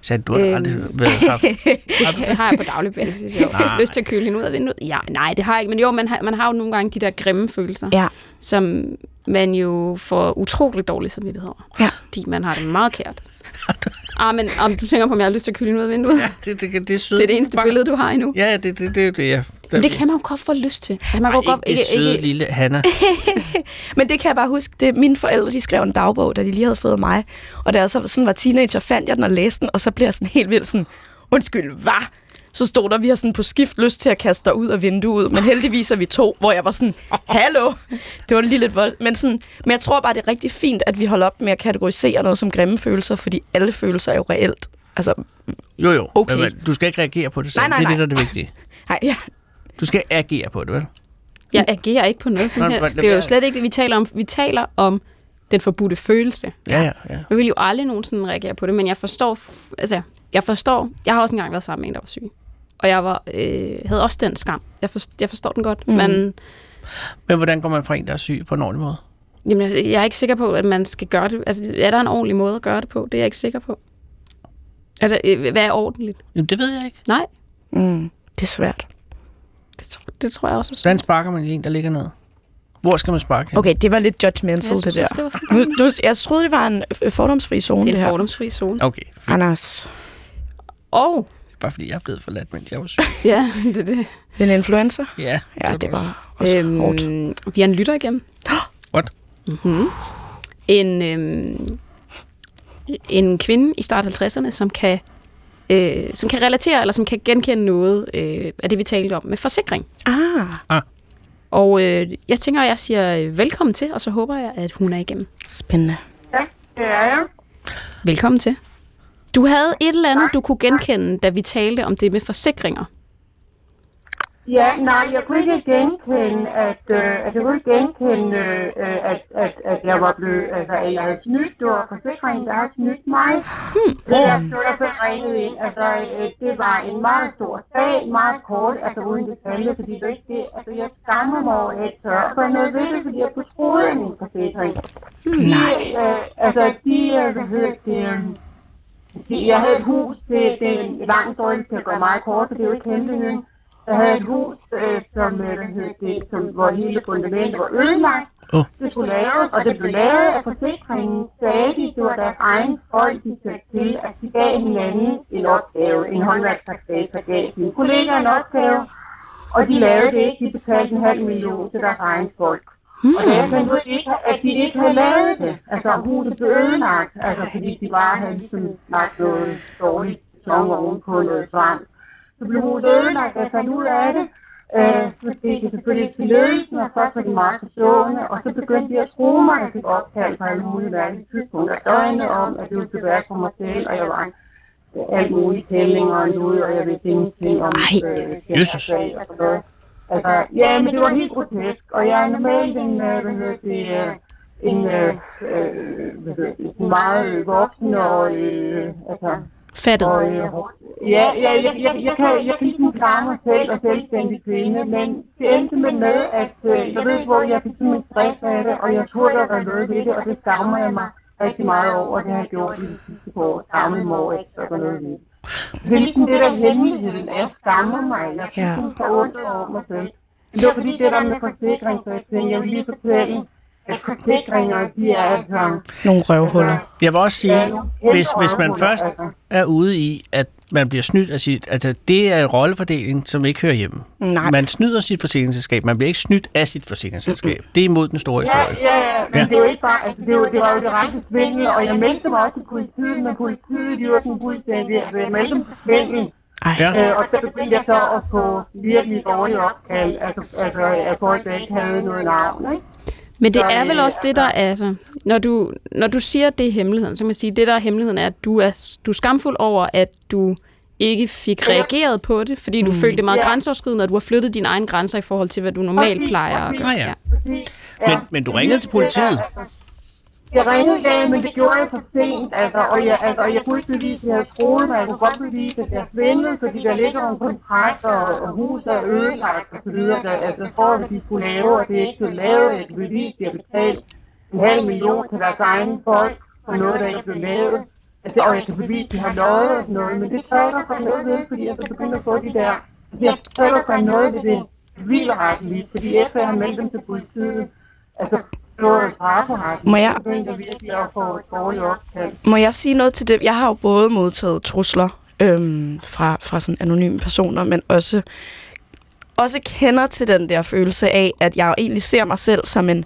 [SPEAKER 5] Sagde, du har øh...
[SPEAKER 4] Øhm.
[SPEAKER 5] aldrig været haft.
[SPEAKER 4] Det har jeg på daglig basis, jo.
[SPEAKER 5] Altså- Nej.
[SPEAKER 4] Lyst til at køle hende ud af vinduet? Ja, nej, det har jeg ikke. Men jo, man har, man har jo nogle gange de der grimme følelser,
[SPEAKER 6] Ja.
[SPEAKER 4] som man jo får utrolig dårlig samvittighed over.
[SPEAKER 6] Ja.
[SPEAKER 4] Fordi man har det meget kært. ah, men om du tænker på, om jeg har lyst til at køle hende ud af vinduet? Ja.
[SPEAKER 5] det, det, det, sødt.
[SPEAKER 4] Det er det eneste billede, du har endnu.
[SPEAKER 5] Ja, ja, det, det, det er jo det, jeg...
[SPEAKER 4] Men det kan man jo godt få lyst til. Altså, man
[SPEAKER 5] Ej,
[SPEAKER 4] kan jo godt,
[SPEAKER 5] ikke det søde lille Hanna.
[SPEAKER 6] Men det kan jeg bare huske, det mine forældre, de skrev en dagbog, da de lige havde fået mig. Og da jeg så sådan var teenager, fandt jeg den og læste den, og så blev jeg sådan helt vildt sådan, undskyld, hvad? Så stod der, vi har sådan på skift lyst til at kaste dig ud af vinduet, men heldigvis er vi to, hvor jeg var sådan, hallo? Det var lige lidt vold. Men, sådan, men jeg tror bare, det er rigtig fint, at vi holder op med at kategorisere noget som grimme følelser, fordi alle følelser er jo reelt. Altså,
[SPEAKER 5] Jo, jo.
[SPEAKER 6] Okay.
[SPEAKER 5] Men, du skal ikke reagere på det selv.
[SPEAKER 6] Nej, nej,
[SPEAKER 5] det er det, der
[SPEAKER 6] nej.
[SPEAKER 5] er det vigtige.
[SPEAKER 6] nej, ja,
[SPEAKER 5] Du skal agere på det, vel?
[SPEAKER 4] Jeg agerer ikke på noget som
[SPEAKER 5] Nej,
[SPEAKER 4] helst.
[SPEAKER 5] men-
[SPEAKER 4] Det er jo slet ikke det, vi taler om. Vi taler om den forbudte følelse.
[SPEAKER 5] Ja, ja, ja.
[SPEAKER 4] Jeg vil jo aldrig nogensinde reagere på det, men jeg forstår... f- Altså, jeg forstår... Jeg har også engang været sammen med en, der var syg. Og jeg var, øh, havde også den skam. Jeg, forstår, jeg forstår den godt, mm. men
[SPEAKER 5] Men hvordan går man fra en, der er syg på en ordentlig måde?
[SPEAKER 4] jamen, jeg, jeg er ikke sikker på, at man skal gøre det. Altså, er der en ordentlig måde at gøre det på? Det er jeg ikke sikker på. Altså, øh, hvad er ordentligt?
[SPEAKER 5] Jamen, det ved jeg ikke.
[SPEAKER 4] Nej,
[SPEAKER 6] Mm, det er svært.
[SPEAKER 4] det, tror, det tror jeg også er
[SPEAKER 5] Hvordan sparker man i en, der ligger ned? Hvor skal man sparke hen?
[SPEAKER 6] Okay, det var lidt judgmental,
[SPEAKER 4] Jeg
[SPEAKER 6] det
[SPEAKER 4] synes
[SPEAKER 6] der.
[SPEAKER 4] også, det var for
[SPEAKER 6] Nu, nu, jeg troede, det var en øh, fordomsfri zone,
[SPEAKER 4] Det
[SPEAKER 6] det,
[SPEAKER 4] er en
[SPEAKER 6] her.
[SPEAKER 4] fordomsfri zone.
[SPEAKER 5] Okay,
[SPEAKER 6] Ah,
[SPEAKER 5] fint.
[SPEAKER 6] Anders,
[SPEAKER 4] Og,
[SPEAKER 5] Bare fordi jeg er blevet forladt, mens jeg var syg.
[SPEAKER 4] ja, det er det.
[SPEAKER 6] en influencer?
[SPEAKER 5] Ja,
[SPEAKER 6] Ja, det var også øhm, hårdt.
[SPEAKER 4] vi har en lytter igennem. Mhm.
[SPEAKER 5] What?
[SPEAKER 4] en, øhm, en kvinde i start 50'erne, som kan, øh, som kan relatere, eller som kan genkende noget øh, af det, vi talte om med forsikring.
[SPEAKER 6] Ah,
[SPEAKER 4] Og øh, jeg tænker, at jeg siger øh, velkommen til, og så håber jeg, at hun er igennem.
[SPEAKER 6] spændende.
[SPEAKER 4] Velkommen til. Du havde et eller andet, du kunne genkende, da vi talte om det med forsikringer.
[SPEAKER 8] Ja, nej, jeg kunne ikke genkende, at, øh, at jeg kunne ikke genkende, øh, at, at, at jeg var blevet, altså, at jeg havde snydt, det var forsikringen, der havde snydt mig. Hmm. Det der blev der blev ringet ind, altså, øh, det var en meget stor sag, meget kort, altså uden detaljer, fordi det var ikke det, altså, jeg skammer mig over, at jeg ikke tør for noget ved det, fordi jeg kunne troede min forsikring. Nej. Øh, altså, de, øh, hvad hedder det, øh, de- jeg havde et øh, hus, det, det er en lang historie, det kan gøre meget kort, for det er jo ikke hemmeligheden. Jeg havde et hus, øh, som, øh, hvad hedder det, som, hvor hele fundamentet var ødelagt.
[SPEAKER 5] Åh.
[SPEAKER 8] Det skulle laves, og det blev lavet af forsikringen, sagde de, det var deres egen folk, de satte til, at de gav hinanden en opgave, en håndværksaksator gav sine kollegaer en opgave, og de lavede det ikke, de betalte en halv million til deres egen folk. Og da jeg fandt ud af, ikke- at de ikke havde lavet det, altså huset blev ødelagt, altså fordi de bare havde ligesom lagt noget dårligt beton ovenpå noget svamp. Så blev huset ødelagt, og jeg fandt ud af det. Øh, så gik det selvfølgelig til ledelsen, og først var de meget forstående, og så begyndte de at tro mig, at jeg fik opkald fra alle mulige verdens tidspunkter af døgnet om, at det ville være for mig selv, og jeg var en alt muligt tællinger og lud, og jeg vidste ingenting om...
[SPEAKER 6] Ej.
[SPEAKER 8] øh,
[SPEAKER 5] Jesus.
[SPEAKER 8] og sådan noget. Altså, ja, men det var helt grotesk, og jeg er normalt en, øh, hvad hedder det, øh, en, øh, øh, hvad hedder det, en meget øh, voksen og, øh, altså,
[SPEAKER 4] Fattet.
[SPEAKER 8] og, øh, ja, ja jeg, jeg, jeg, kan, jeg kan ligesom klare mig selv og selvstændig kvinde, men det endte med, med at øh, jeg ved, hvor jeg fik sådan en stress af det, og jeg turde at gøre noget ved det, og det skammer jeg mig rigtig meget over, det har jeg gjort i de sidste par år, skammet mig over, at jeg gør noget ved det. Det er ligesom det der hemmeligheden, at jeg skammer mig, jeg
[SPEAKER 6] Ja.
[SPEAKER 8] er så ondt over mig selv. Men det var fordi det der med forsikring, så jeg tænkte, jeg vil lige fortælle, at forsikringer, de er altså...
[SPEAKER 6] Nogle røvhuller.
[SPEAKER 5] Jeg vil også sige,
[SPEAKER 8] Ja, nogle kæmpe
[SPEAKER 5] hvis, hvis man
[SPEAKER 8] røvhuller,
[SPEAKER 5] først
[SPEAKER 8] altså.
[SPEAKER 5] er ude i, at man bliver snydt af sit... Altså, det er en rollefordeling, som ikke hører hjemme.
[SPEAKER 6] Nej.
[SPEAKER 5] Man snyder sit forsikringsselskab. Man bliver ikke snydt af sit forsikringsselskab. Det er imod den store historie.
[SPEAKER 8] Ja, ja, ja, men
[SPEAKER 5] Ja.
[SPEAKER 8] ja. det er jo ikke bare, altså det, er jo, det var jo det rette svindel, og jeg meldte mig også til politiet, men politiet, de var sådan fuldstændig, altså jeg meldte mig til svindel,
[SPEAKER 6] Ej,
[SPEAKER 5] Ja.
[SPEAKER 6] ja.
[SPEAKER 8] øh, og så begyndte jeg så at få virkelig dårlige opkald, altså, altså at folk der ikke havde noget navn, ikke?
[SPEAKER 4] Men det
[SPEAKER 8] Så,
[SPEAKER 4] er vel
[SPEAKER 8] øh,
[SPEAKER 4] også det, der er... Altså, når, du, når du siger, at det er hemmeligheden, så kan man sige, at det, der er hemmeligheden, er, at du er, du er skamfuld over, at du ikke fik reageret på det, fordi du mm. følte det meget
[SPEAKER 8] Ja.
[SPEAKER 4] grænseoverskridende, og du har flyttet dine egne grænser i forhold til, hvad du normalt
[SPEAKER 8] Præcis,
[SPEAKER 4] plejer at
[SPEAKER 8] præcis.
[SPEAKER 4] gøre.
[SPEAKER 5] Ah, ja.
[SPEAKER 8] Fordi,
[SPEAKER 5] Men- men du ringede til politiet?
[SPEAKER 8] Jeg ringede, ja, men det gjorde jeg for sent, altså, og jeg, altså, og jeg kunne ikke bevise, at jeg havde troet mig, jeg kunne godt bevise, at jeg svindlede, fordi der ligger nogle kontrakter, og, og huset er ødelagt, og så videre, der, altså, for at de skulle lave, og det er ikke blev lavet, jeg kan bevise, at jeg betalte en halv million til deres egne folk, for noget, der ikke blev lavet, altså, og jeg kan bevise, at de har lovet og sådan noget, men det taler for noget ved, fordi jeg så begynder at få de der, altså, jeg taler for noget ved det civilretlige, fordi efter jeg har meldt dem til politiet, altså, det var jo strafferetligt,
[SPEAKER 6] Må jeg-
[SPEAKER 8] så begyndte jeg virkelig at få et dårligt opkald.
[SPEAKER 6] Må jeg sige noget til det? Jeg har jo både modtaget trusler øhm, fra, fra sådan anonyme personer, men også, også kender til den der følelse af, at jeg jo egentlig ser mig selv som en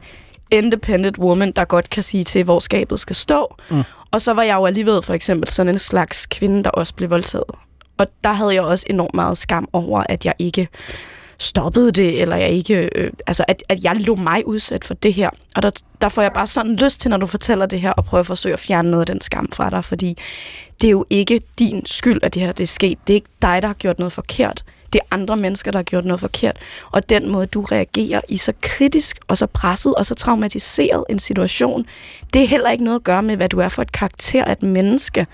[SPEAKER 6] independent woman, der godt kan sige til, hvor skabet skal stå. Mm. Og så var jeg jo alligevel for eksempel sådan en slags kvinde, der også blev voldtaget. Og der havde jeg også enormt meget skam over, at jeg ikke stoppede det, eller jeg ikke, øh, altså at, at jeg lå mig udsat for det her. Og der, der får jeg bare sådan lyst til, når du fortæller det her, og prøver at forsøge at fjerne noget af den skam fra dig, fordi det er jo ikke din skyld, at det her det er sket. Det er ikke dig, der har gjort noget forkert. det er andre mennesker, der har gjort noget forkert. Og den måde, du reagerer i så kritisk og så presset og så traumatiseret en situation, det er heller ikke noget at gøre med, hvad du er for et karakter af et menneske.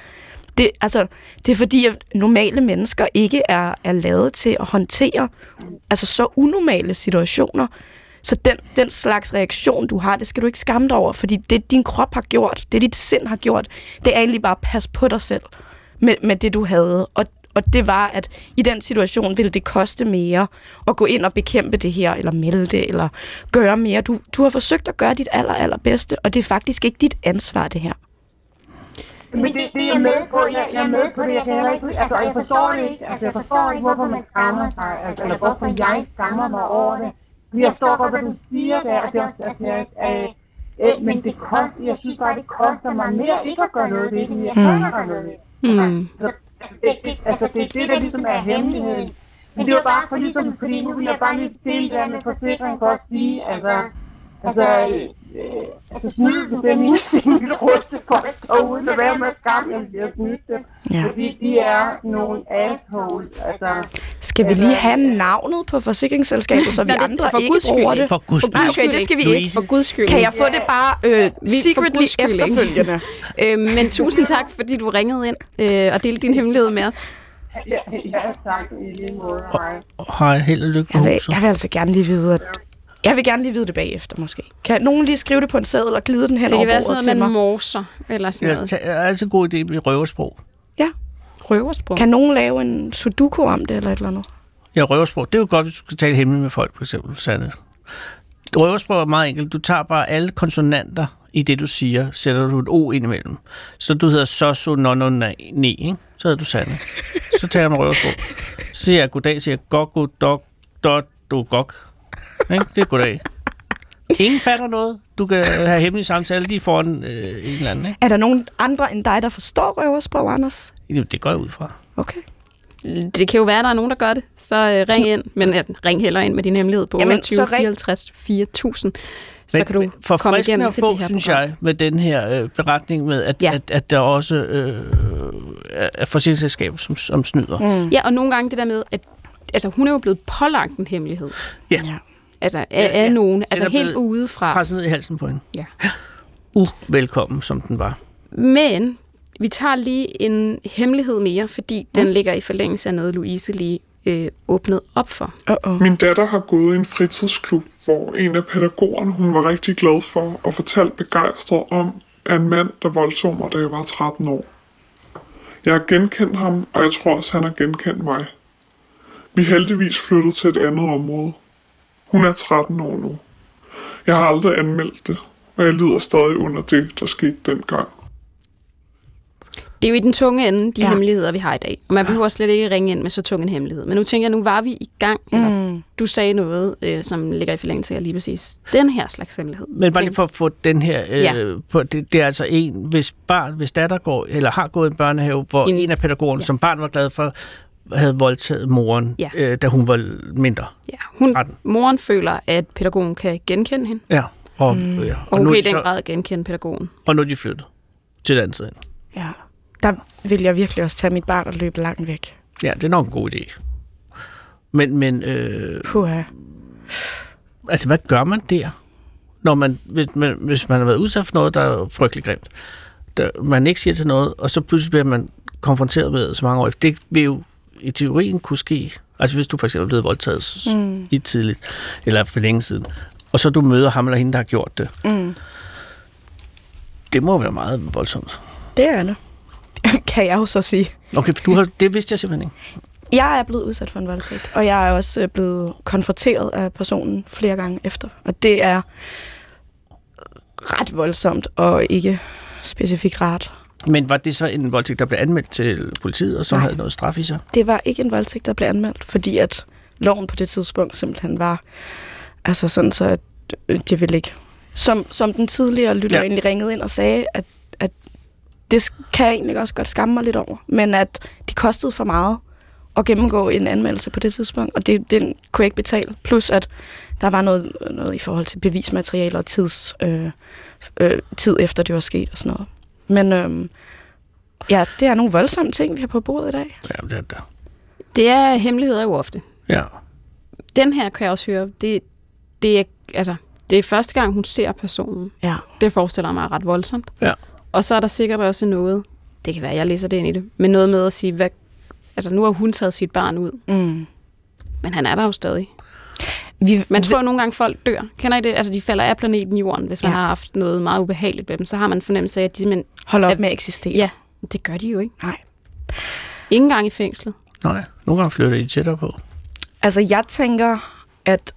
[SPEAKER 6] Det, altså, det er fordi, at normale mennesker ikke er, er lavet til at håndtere altså, så unormale situationer. Så den, den slags reaktion, du har, det skal du ikke skamme dig over, fordi det, din krop har gjort, det dit sind har gjort, det er egentlig bare at passe på dig selv med, med det, du havde. Og, og det var, at i den situation ville det koste mere at gå ind og bekæmpe det her, eller melde det, eller gøre mere. Du, du har forsøgt at gøre dit aller, allerbedste, og det er faktisk ikke dit ansvar, det her.
[SPEAKER 8] Men det, det er jeg med på, jeg, jeg er med på det, jeg kan heller ikke, altså, og jeg forstår det ikke, altså, jeg forstår ikke, hvorfor man skammer sig, altså, eller hvorfor jeg skammer mig over det. Men Jeg forstår godt, hvad du siger der, altså, jeg, altså, jeg, øh, øh, men det koster, jeg synes bare, det koster mig mere ikke at gøre noget ved det, end jeg kan gøre noget ved det.
[SPEAKER 4] Mm.
[SPEAKER 8] Så det, det, altså, det er det, der ligesom er hemmeligheden. Men det var bare for ligesom, fordi nu vil jeg bare lige dele det her med forsikring for at sige, altså, altså, øh, altså snydelsen, den eneste lille ruste folk derude, lad være med at skamme, jeg bliver snydt dem.
[SPEAKER 6] Ja.
[SPEAKER 8] Fordi de er nogle assholes, altså.
[SPEAKER 6] Skal vi lige have navnet på forsikringsselskabet, så vi
[SPEAKER 4] Nå, det-
[SPEAKER 6] andre
[SPEAKER 4] for
[SPEAKER 6] ikke
[SPEAKER 4] Guds skyld
[SPEAKER 6] bruger
[SPEAKER 4] ikke.
[SPEAKER 6] det?
[SPEAKER 5] For guds
[SPEAKER 6] Nej,
[SPEAKER 5] skyld.
[SPEAKER 6] okay, det skal vi ikke.
[SPEAKER 5] Louise.
[SPEAKER 4] For guds skyld.
[SPEAKER 6] Kan jeg få det bare øh, secretly
[SPEAKER 4] Guds skyld ikke.
[SPEAKER 6] efterfølgende?
[SPEAKER 4] Øh, men tusind tak, fordi du ringede ind øh, og delte din hemmelighed med os.
[SPEAKER 8] Ja, ja, tak i lige måde, hej.
[SPEAKER 5] Har jeg held og lykke
[SPEAKER 6] Jeg
[SPEAKER 5] med
[SPEAKER 6] vil,
[SPEAKER 5] huset?
[SPEAKER 6] jeg vil altså gerne lige vide, at jeg vil gerne lige vide det bagefter, måske. Kan nogen lige skrive det på en seddel og glide den hen
[SPEAKER 4] Det
[SPEAKER 6] over
[SPEAKER 4] kan være
[SPEAKER 6] bordet
[SPEAKER 4] sådan
[SPEAKER 6] til
[SPEAKER 4] noget,
[SPEAKER 6] mig?
[SPEAKER 4] man morser, eller sådan
[SPEAKER 5] Jeg
[SPEAKER 4] noget.
[SPEAKER 5] tager- jeg er altid god idé med røversprog.
[SPEAKER 4] Røversprog.
[SPEAKER 6] Kan nogen lave en sudoku om det, eller et eller andet?
[SPEAKER 5] Ja, røversprog. Det er jo godt, hvis du skal tale hemmeligt med folk, for eksempel, Sande. Røversprog er meget enkelt. Du tager bare alle konsonanter i det, du siger, sætter du et O ind imellem. Så du hedder så, så, no, no, na, ne, ikke? Så hedder du Sande. Så tager jeg med røversprog. Så siger jeg goddag, siger jeg gok, god, dog, dot, du, gok. Ikke? Det er goddag. Ingen fatter noget. Du kan have hemmelige samtaler lige foran øh, en eller anden, ikke?
[SPEAKER 6] Er der nogen andre end dig, der forstår røversprog, Anders?
[SPEAKER 5] Jamen, Det går jeg ud fra.
[SPEAKER 6] Okay.
[SPEAKER 4] Det kan jo være, at der er nogen, der gør det. Så øh, ring ind. Men altså, ring heller ind med din hemmelighed på
[SPEAKER 6] Jamen,
[SPEAKER 4] 28
[SPEAKER 6] så ring.
[SPEAKER 4] 54 4000. Så kan du
[SPEAKER 5] for
[SPEAKER 4] komme igennem til
[SPEAKER 5] få,
[SPEAKER 4] det her
[SPEAKER 5] synes
[SPEAKER 4] program.
[SPEAKER 5] jeg, med den her øh, beretning med, at,
[SPEAKER 4] Ja.
[SPEAKER 5] ja. at, at der også øh, er er forsikringsselskaber, som, som snyder. Mm.
[SPEAKER 4] Ja, og nogle gange det der med, at altså, hun er jo blevet pålagt en hemmelighed.
[SPEAKER 5] Ja.
[SPEAKER 4] Altså af, af ja. nogen. Altså
[SPEAKER 5] er blevet-
[SPEAKER 4] helt udefra.
[SPEAKER 5] Presset ned i halsen på hende.
[SPEAKER 4] Ja.
[SPEAKER 5] Uvelkommen, som den var.
[SPEAKER 4] Men vi tager lige en hemmelighed mere, fordi den
[SPEAKER 5] Mm.
[SPEAKER 4] ligger i forlængelse af noget, Louise lige øh, åbnede op for.
[SPEAKER 6] Uh-oh.
[SPEAKER 9] Min datter har gået i en fritidsklub, hvor en af pædagogerne, hun var rigtig glad for, og fortalte begejstret om, at en mand, der voldtog mig, da jeg var 13 år. Jeg har genkendt ham, og jeg tror også, han har genkendt mig. Vi er heldigvis flyttet til et andet område. Hun er 13 år nu. Jeg har aldrig anmeldt det, og jeg lider stadig under det, der skete dengang.
[SPEAKER 4] Det er jo i den tunge ende, de ja.
[SPEAKER 6] Ja.
[SPEAKER 4] hemmeligheder, vi har i dag. Og man behøver slet ikke ringe ind med så tung en hemmelighed. Men nu tænker jeg, nu var vi i gang, eller mm. du sagde noget, øh, som ligger i forlængelse af lige præcis den her slags hemmelighed.
[SPEAKER 5] Men bare lige for at få den her... Øh,
[SPEAKER 4] Ja.
[SPEAKER 5] ja. på, det, det er altså en, hvis barn, hvis datter går, eller har gået i en børnehave, hvor
[SPEAKER 4] En-
[SPEAKER 5] en, en af pædagogerne, ja. som barn var glad for, havde voldtaget moren,
[SPEAKER 4] Ja.
[SPEAKER 5] ja. øh, da hun var mindre.
[SPEAKER 4] Ja, hun,
[SPEAKER 5] 13.
[SPEAKER 4] moren føler, at pædagogen kan genkende hende,
[SPEAKER 5] Ja. Og, mm. ja.
[SPEAKER 4] og hun
[SPEAKER 5] nu
[SPEAKER 4] kan
[SPEAKER 5] er
[SPEAKER 4] i
[SPEAKER 5] de
[SPEAKER 4] den
[SPEAKER 5] så,
[SPEAKER 4] grad genkende pædagogen.
[SPEAKER 5] og nu er de flyttet til et andet sted.
[SPEAKER 6] Ja. Der vil jeg virkelig også tage mit barn og løbe langt væk.
[SPEAKER 5] Ja, det er nok en god idé. Men, men øh,
[SPEAKER 6] Puha.
[SPEAKER 5] altså, hvad gør man der? Når man, hvis, man, hvis man har været udsat for noget, der er frygtelig grimt, der, man ikke siger til noget, og så pludselig bliver man konfronteret med det så mange år efter. Det vil jo i teorien kunne ske. Altså hvis du for eksempel er blevet voldtaget mm. i tidligt, eller for længe siden, og så du møder ham eller hende, der har gjort det. Mm. Det må være meget voldsomt.
[SPEAKER 6] Det er det. kan jeg jo så sige.
[SPEAKER 5] Okay, for du har, det vidste jeg simpelthen ikke.
[SPEAKER 6] Jeg er blevet udsat for en voldtægt, og jeg er også øh, blevet konfronteret af personen flere gange efter. Og det er ret voldsomt og ikke specifikt rart.
[SPEAKER 5] Men var det så en voldtægt, der blev anmeldt til politiet, og som havde noget straf i sig?
[SPEAKER 6] Det var ikke en voldtægt, der blev anmeldt, fordi at loven på det tidspunkt simpelthen var altså sådan så, at øh, det ville ikke. Som, som den tidligere lytter ja.
[SPEAKER 5] Ja.
[SPEAKER 6] egentlig ringede ind og sagde, at, at det sk- kan jeg egentlig også godt skamme mig lidt over, men at det kostede for meget at gennemgå en anmeldelse på det tidspunkt, og det, den kunne jeg ikke betale. Plus at der var noget, noget i forhold til bevismateriale og tids, øh, øh, tid efter det var sket og sådan noget. øhm, Men øh, ja, det er nogle voldsomme ting, vi har på bordet i dag.
[SPEAKER 5] Ja, det er der.
[SPEAKER 4] Det er hemmeligheder jo ofte.
[SPEAKER 5] Ja.
[SPEAKER 4] Den her kan jeg også høre, det, det, er, altså, det er første gang, hun ser personen.
[SPEAKER 6] Ja.
[SPEAKER 4] Det forestiller jeg mig er ret voldsomt.
[SPEAKER 5] Ja.
[SPEAKER 4] Og så er der sikkert også noget, det kan være, jeg læser det ind i det, men noget med at sige, hvad, altså nu har hun taget sit barn ud,
[SPEAKER 6] Mm.
[SPEAKER 4] men han er der jo stadig.
[SPEAKER 6] Vi,
[SPEAKER 4] Man tror jo nogle gange, folk dør. Kender I det? Altså, de falder af planeten Jorden, hvis man
[SPEAKER 6] Ja.
[SPEAKER 4] har haft noget meget ubehageligt ved dem. Så har man en fornemmelse af, at de men
[SPEAKER 6] Hold op med at eksistere.
[SPEAKER 4] Ja, det gør de jo ikke.
[SPEAKER 6] Nej.
[SPEAKER 4] Ingen gang i fængslet.
[SPEAKER 5] Nej, nogle gange flytter I tættere på.
[SPEAKER 6] Altså, jeg tænker, at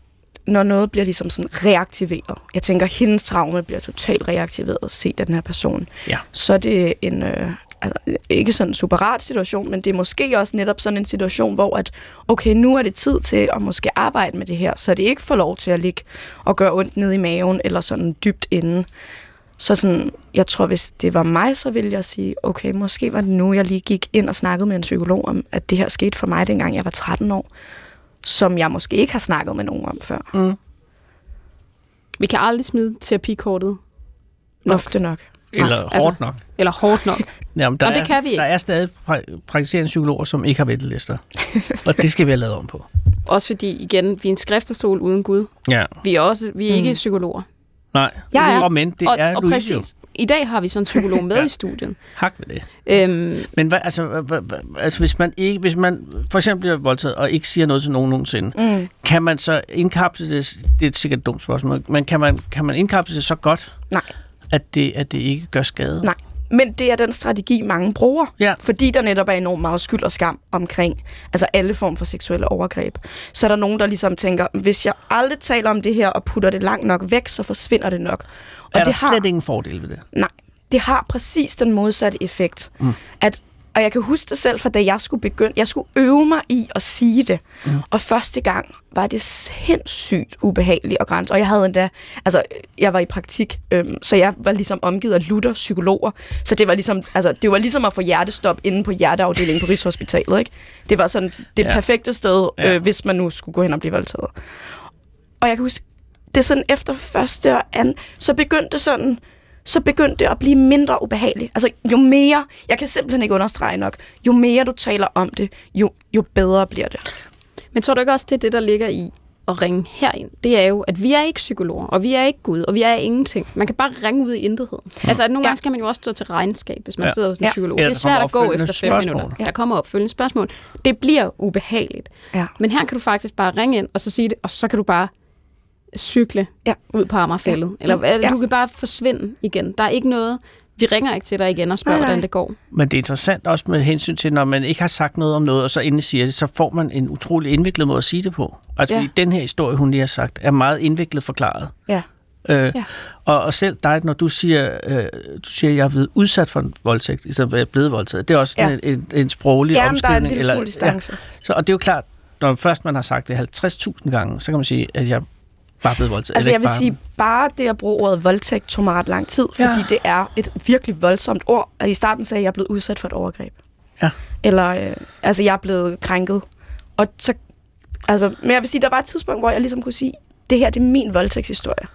[SPEAKER 6] når noget bliver ligesom sådan reaktiveret, jeg tænker, at hendes traume bliver totalt reaktiveret, set af den her person,
[SPEAKER 5] Ja.
[SPEAKER 6] så er det en, øh, altså, ikke sådan en super rart situation, men det er måske også netop sådan en situation, hvor at, okay, nu er det tid til at måske arbejde med det her, så det ikke får lov til at ligge og gøre ondt ned i maven, eller sådan dybt inde. Så sådan, jeg tror, hvis det var mig, så ville jeg sige, okay, måske var det nu, jeg lige gik ind og snakkede med en psykolog om, at det her skete for mig, dengang jeg var 13 år, som jeg måske ikke har snakket med nogen om før. Mm.
[SPEAKER 4] Vi kan aldrig smide terapikortet,
[SPEAKER 6] Ofte nok.
[SPEAKER 5] Eller
[SPEAKER 4] Nej, altså-
[SPEAKER 5] hårdt nok.
[SPEAKER 4] eller hårdt nok.
[SPEAKER 5] Jamen, der
[SPEAKER 4] Og det
[SPEAKER 5] er,
[SPEAKER 4] kan vi ikke.
[SPEAKER 5] Der er stadig pra- praktiserende psykologer, som ikke har ventelister. og det skal vi have lavet om på.
[SPEAKER 4] Også fordi, igen, vi er en skriftestol uden Gud.
[SPEAKER 5] Ja.
[SPEAKER 4] Vi er, også, vi er
[SPEAKER 6] Mm.
[SPEAKER 4] ikke psykologer.
[SPEAKER 5] Nej.
[SPEAKER 4] Jeg er.
[SPEAKER 5] Og men det
[SPEAKER 4] og,
[SPEAKER 5] er
[SPEAKER 4] og
[SPEAKER 5] Louise
[SPEAKER 4] præcis, i dag har vi sådan en psykolog med i studiet.
[SPEAKER 5] jo. Hak ved det.
[SPEAKER 4] Øhm,
[SPEAKER 5] Men hvad, altså, hvad- hvad, hvad, altså, hvis man ikke, hvis man for eksempel bliver voldtaget og ikke siger noget til nogen nogensinde, mm. kan man så indkapsle det, det er sikkert et dumt spørgsmål, men kan man, kan man indkapsle det så godt,
[SPEAKER 6] Nej.
[SPEAKER 5] at det, at det ikke gør skade?
[SPEAKER 6] Nej, men det er den strategi, mange bruger.
[SPEAKER 5] Ja.
[SPEAKER 6] Fordi der netop er enormt meget skyld og skam omkring altså alle former for seksuelle overgreb. Så er der nogen, der ligesom tænker, hvis jeg aldrig taler om det her og putter det langt nok væk, så forsvinder det nok. Og
[SPEAKER 5] er der
[SPEAKER 6] det har,
[SPEAKER 5] slet ingen fordel ved det?
[SPEAKER 6] Nej, det har præcis den modsatte effekt. Mm. At, og jeg kan huske det selv fra da jeg skulle begynde, jeg skulle øve mig i at sige det. Mm. Og første gang var det sindssygt ubehageligt og græns. Og jeg havde endda, altså jeg var i praktik, øhm, så jeg var ligesom omgivet af lutter psykologer. Så det var ligesom, altså, det var ligesom at få hjertestop inde på hjerteafdelingen på Rigshospitalet. Ikke? Det var sådan det
[SPEAKER 5] Ja.
[SPEAKER 6] ja. perfekte sted, øh,
[SPEAKER 5] Ja.
[SPEAKER 6] hvis man nu skulle gå hen og blive voldtaget. Og jeg kan huske, det er sådan efter første og anden, så begyndte det sådan, så begyndte det at blive mindre ubehageligt. Altså jo mere, jeg kan simpelthen ikke understrege nok, jo mere du taler om det, jo, jo bedre bliver det.
[SPEAKER 4] men tror du ikke også, det er det, der ligger i at ringe herind? Det er jo, at vi er ikke psykologer, og vi er ikke Gud, og vi er ingenting. Man kan bare ringe ud i intetheden. Altså, at nogle gange skal man jo også stå til regnskab, hvis man
[SPEAKER 5] Ja.
[SPEAKER 4] ja. sidder hos en
[SPEAKER 6] Ja.
[SPEAKER 4] psykolog.
[SPEAKER 5] Ja,
[SPEAKER 4] Ja, det er
[SPEAKER 5] der kommer
[SPEAKER 4] svært at gå
[SPEAKER 5] opfølgende
[SPEAKER 4] efter fem
[SPEAKER 5] spørgsmål.
[SPEAKER 4] minutter.
[SPEAKER 5] Ja.
[SPEAKER 4] Ja. Der kommer opfølgende spørgsmål. Det bliver ubehageligt.
[SPEAKER 6] Ja.
[SPEAKER 4] Men her kan du faktisk bare ringe ind, og så sige det, og så kan du bare cykle
[SPEAKER 6] Ja.
[SPEAKER 4] ud på Amagerfællet. Ja. Eller altså,
[SPEAKER 6] Ja.
[SPEAKER 4] du kan bare forsvinde igen. Der er ikke noget... Vi ringer ikke til dig igen og spørger,
[SPEAKER 6] Nej, nej.
[SPEAKER 4] hvordan det går.
[SPEAKER 5] Men det er interessant også med hensyn til, når man ikke har sagt noget om noget, og så endelig siger det, så får man en utrolig indviklet måde at sige det på. Altså,
[SPEAKER 4] Ja.
[SPEAKER 5] ja. den her historie, hun lige har sagt, er meget indviklet forklaret.
[SPEAKER 6] Ja.
[SPEAKER 5] Øh,
[SPEAKER 4] Ja.
[SPEAKER 5] ja. og, og selv dig, når du siger, øh, du siger, at jeg er blevet udsat for en voldtægt, i stedet for at jeg er blevet voldtaget, det er også
[SPEAKER 6] Ja.
[SPEAKER 5] sådan ja. en, en, en sproglig
[SPEAKER 6] Ja, men der er en
[SPEAKER 5] omskrivning.
[SPEAKER 6] lille smule distance.
[SPEAKER 5] Ja. Så, og det er jo klart, når først man har sagt det 50.000 gange, så kan man sige, at jeg bare er blevet voldtaget.
[SPEAKER 6] Altså
[SPEAKER 5] Eller
[SPEAKER 6] jeg
[SPEAKER 5] ikke
[SPEAKER 6] vil
[SPEAKER 5] bare,
[SPEAKER 6] sige, bare det at bruge ordet voldtægt tog mig ret lang tid,
[SPEAKER 5] Ja.
[SPEAKER 6] fordi det er et virkelig voldsomt ord. Og I starten sagde jeg, at jeg er blevet udsat for et overgreb.
[SPEAKER 5] Ja.
[SPEAKER 6] Eller, øh, altså jeg er blevet krænket. Og så, altså, men jeg vil sige, der var et tidspunkt, hvor jeg ligesom kunne sige, det her det er min voldtægtshistorie.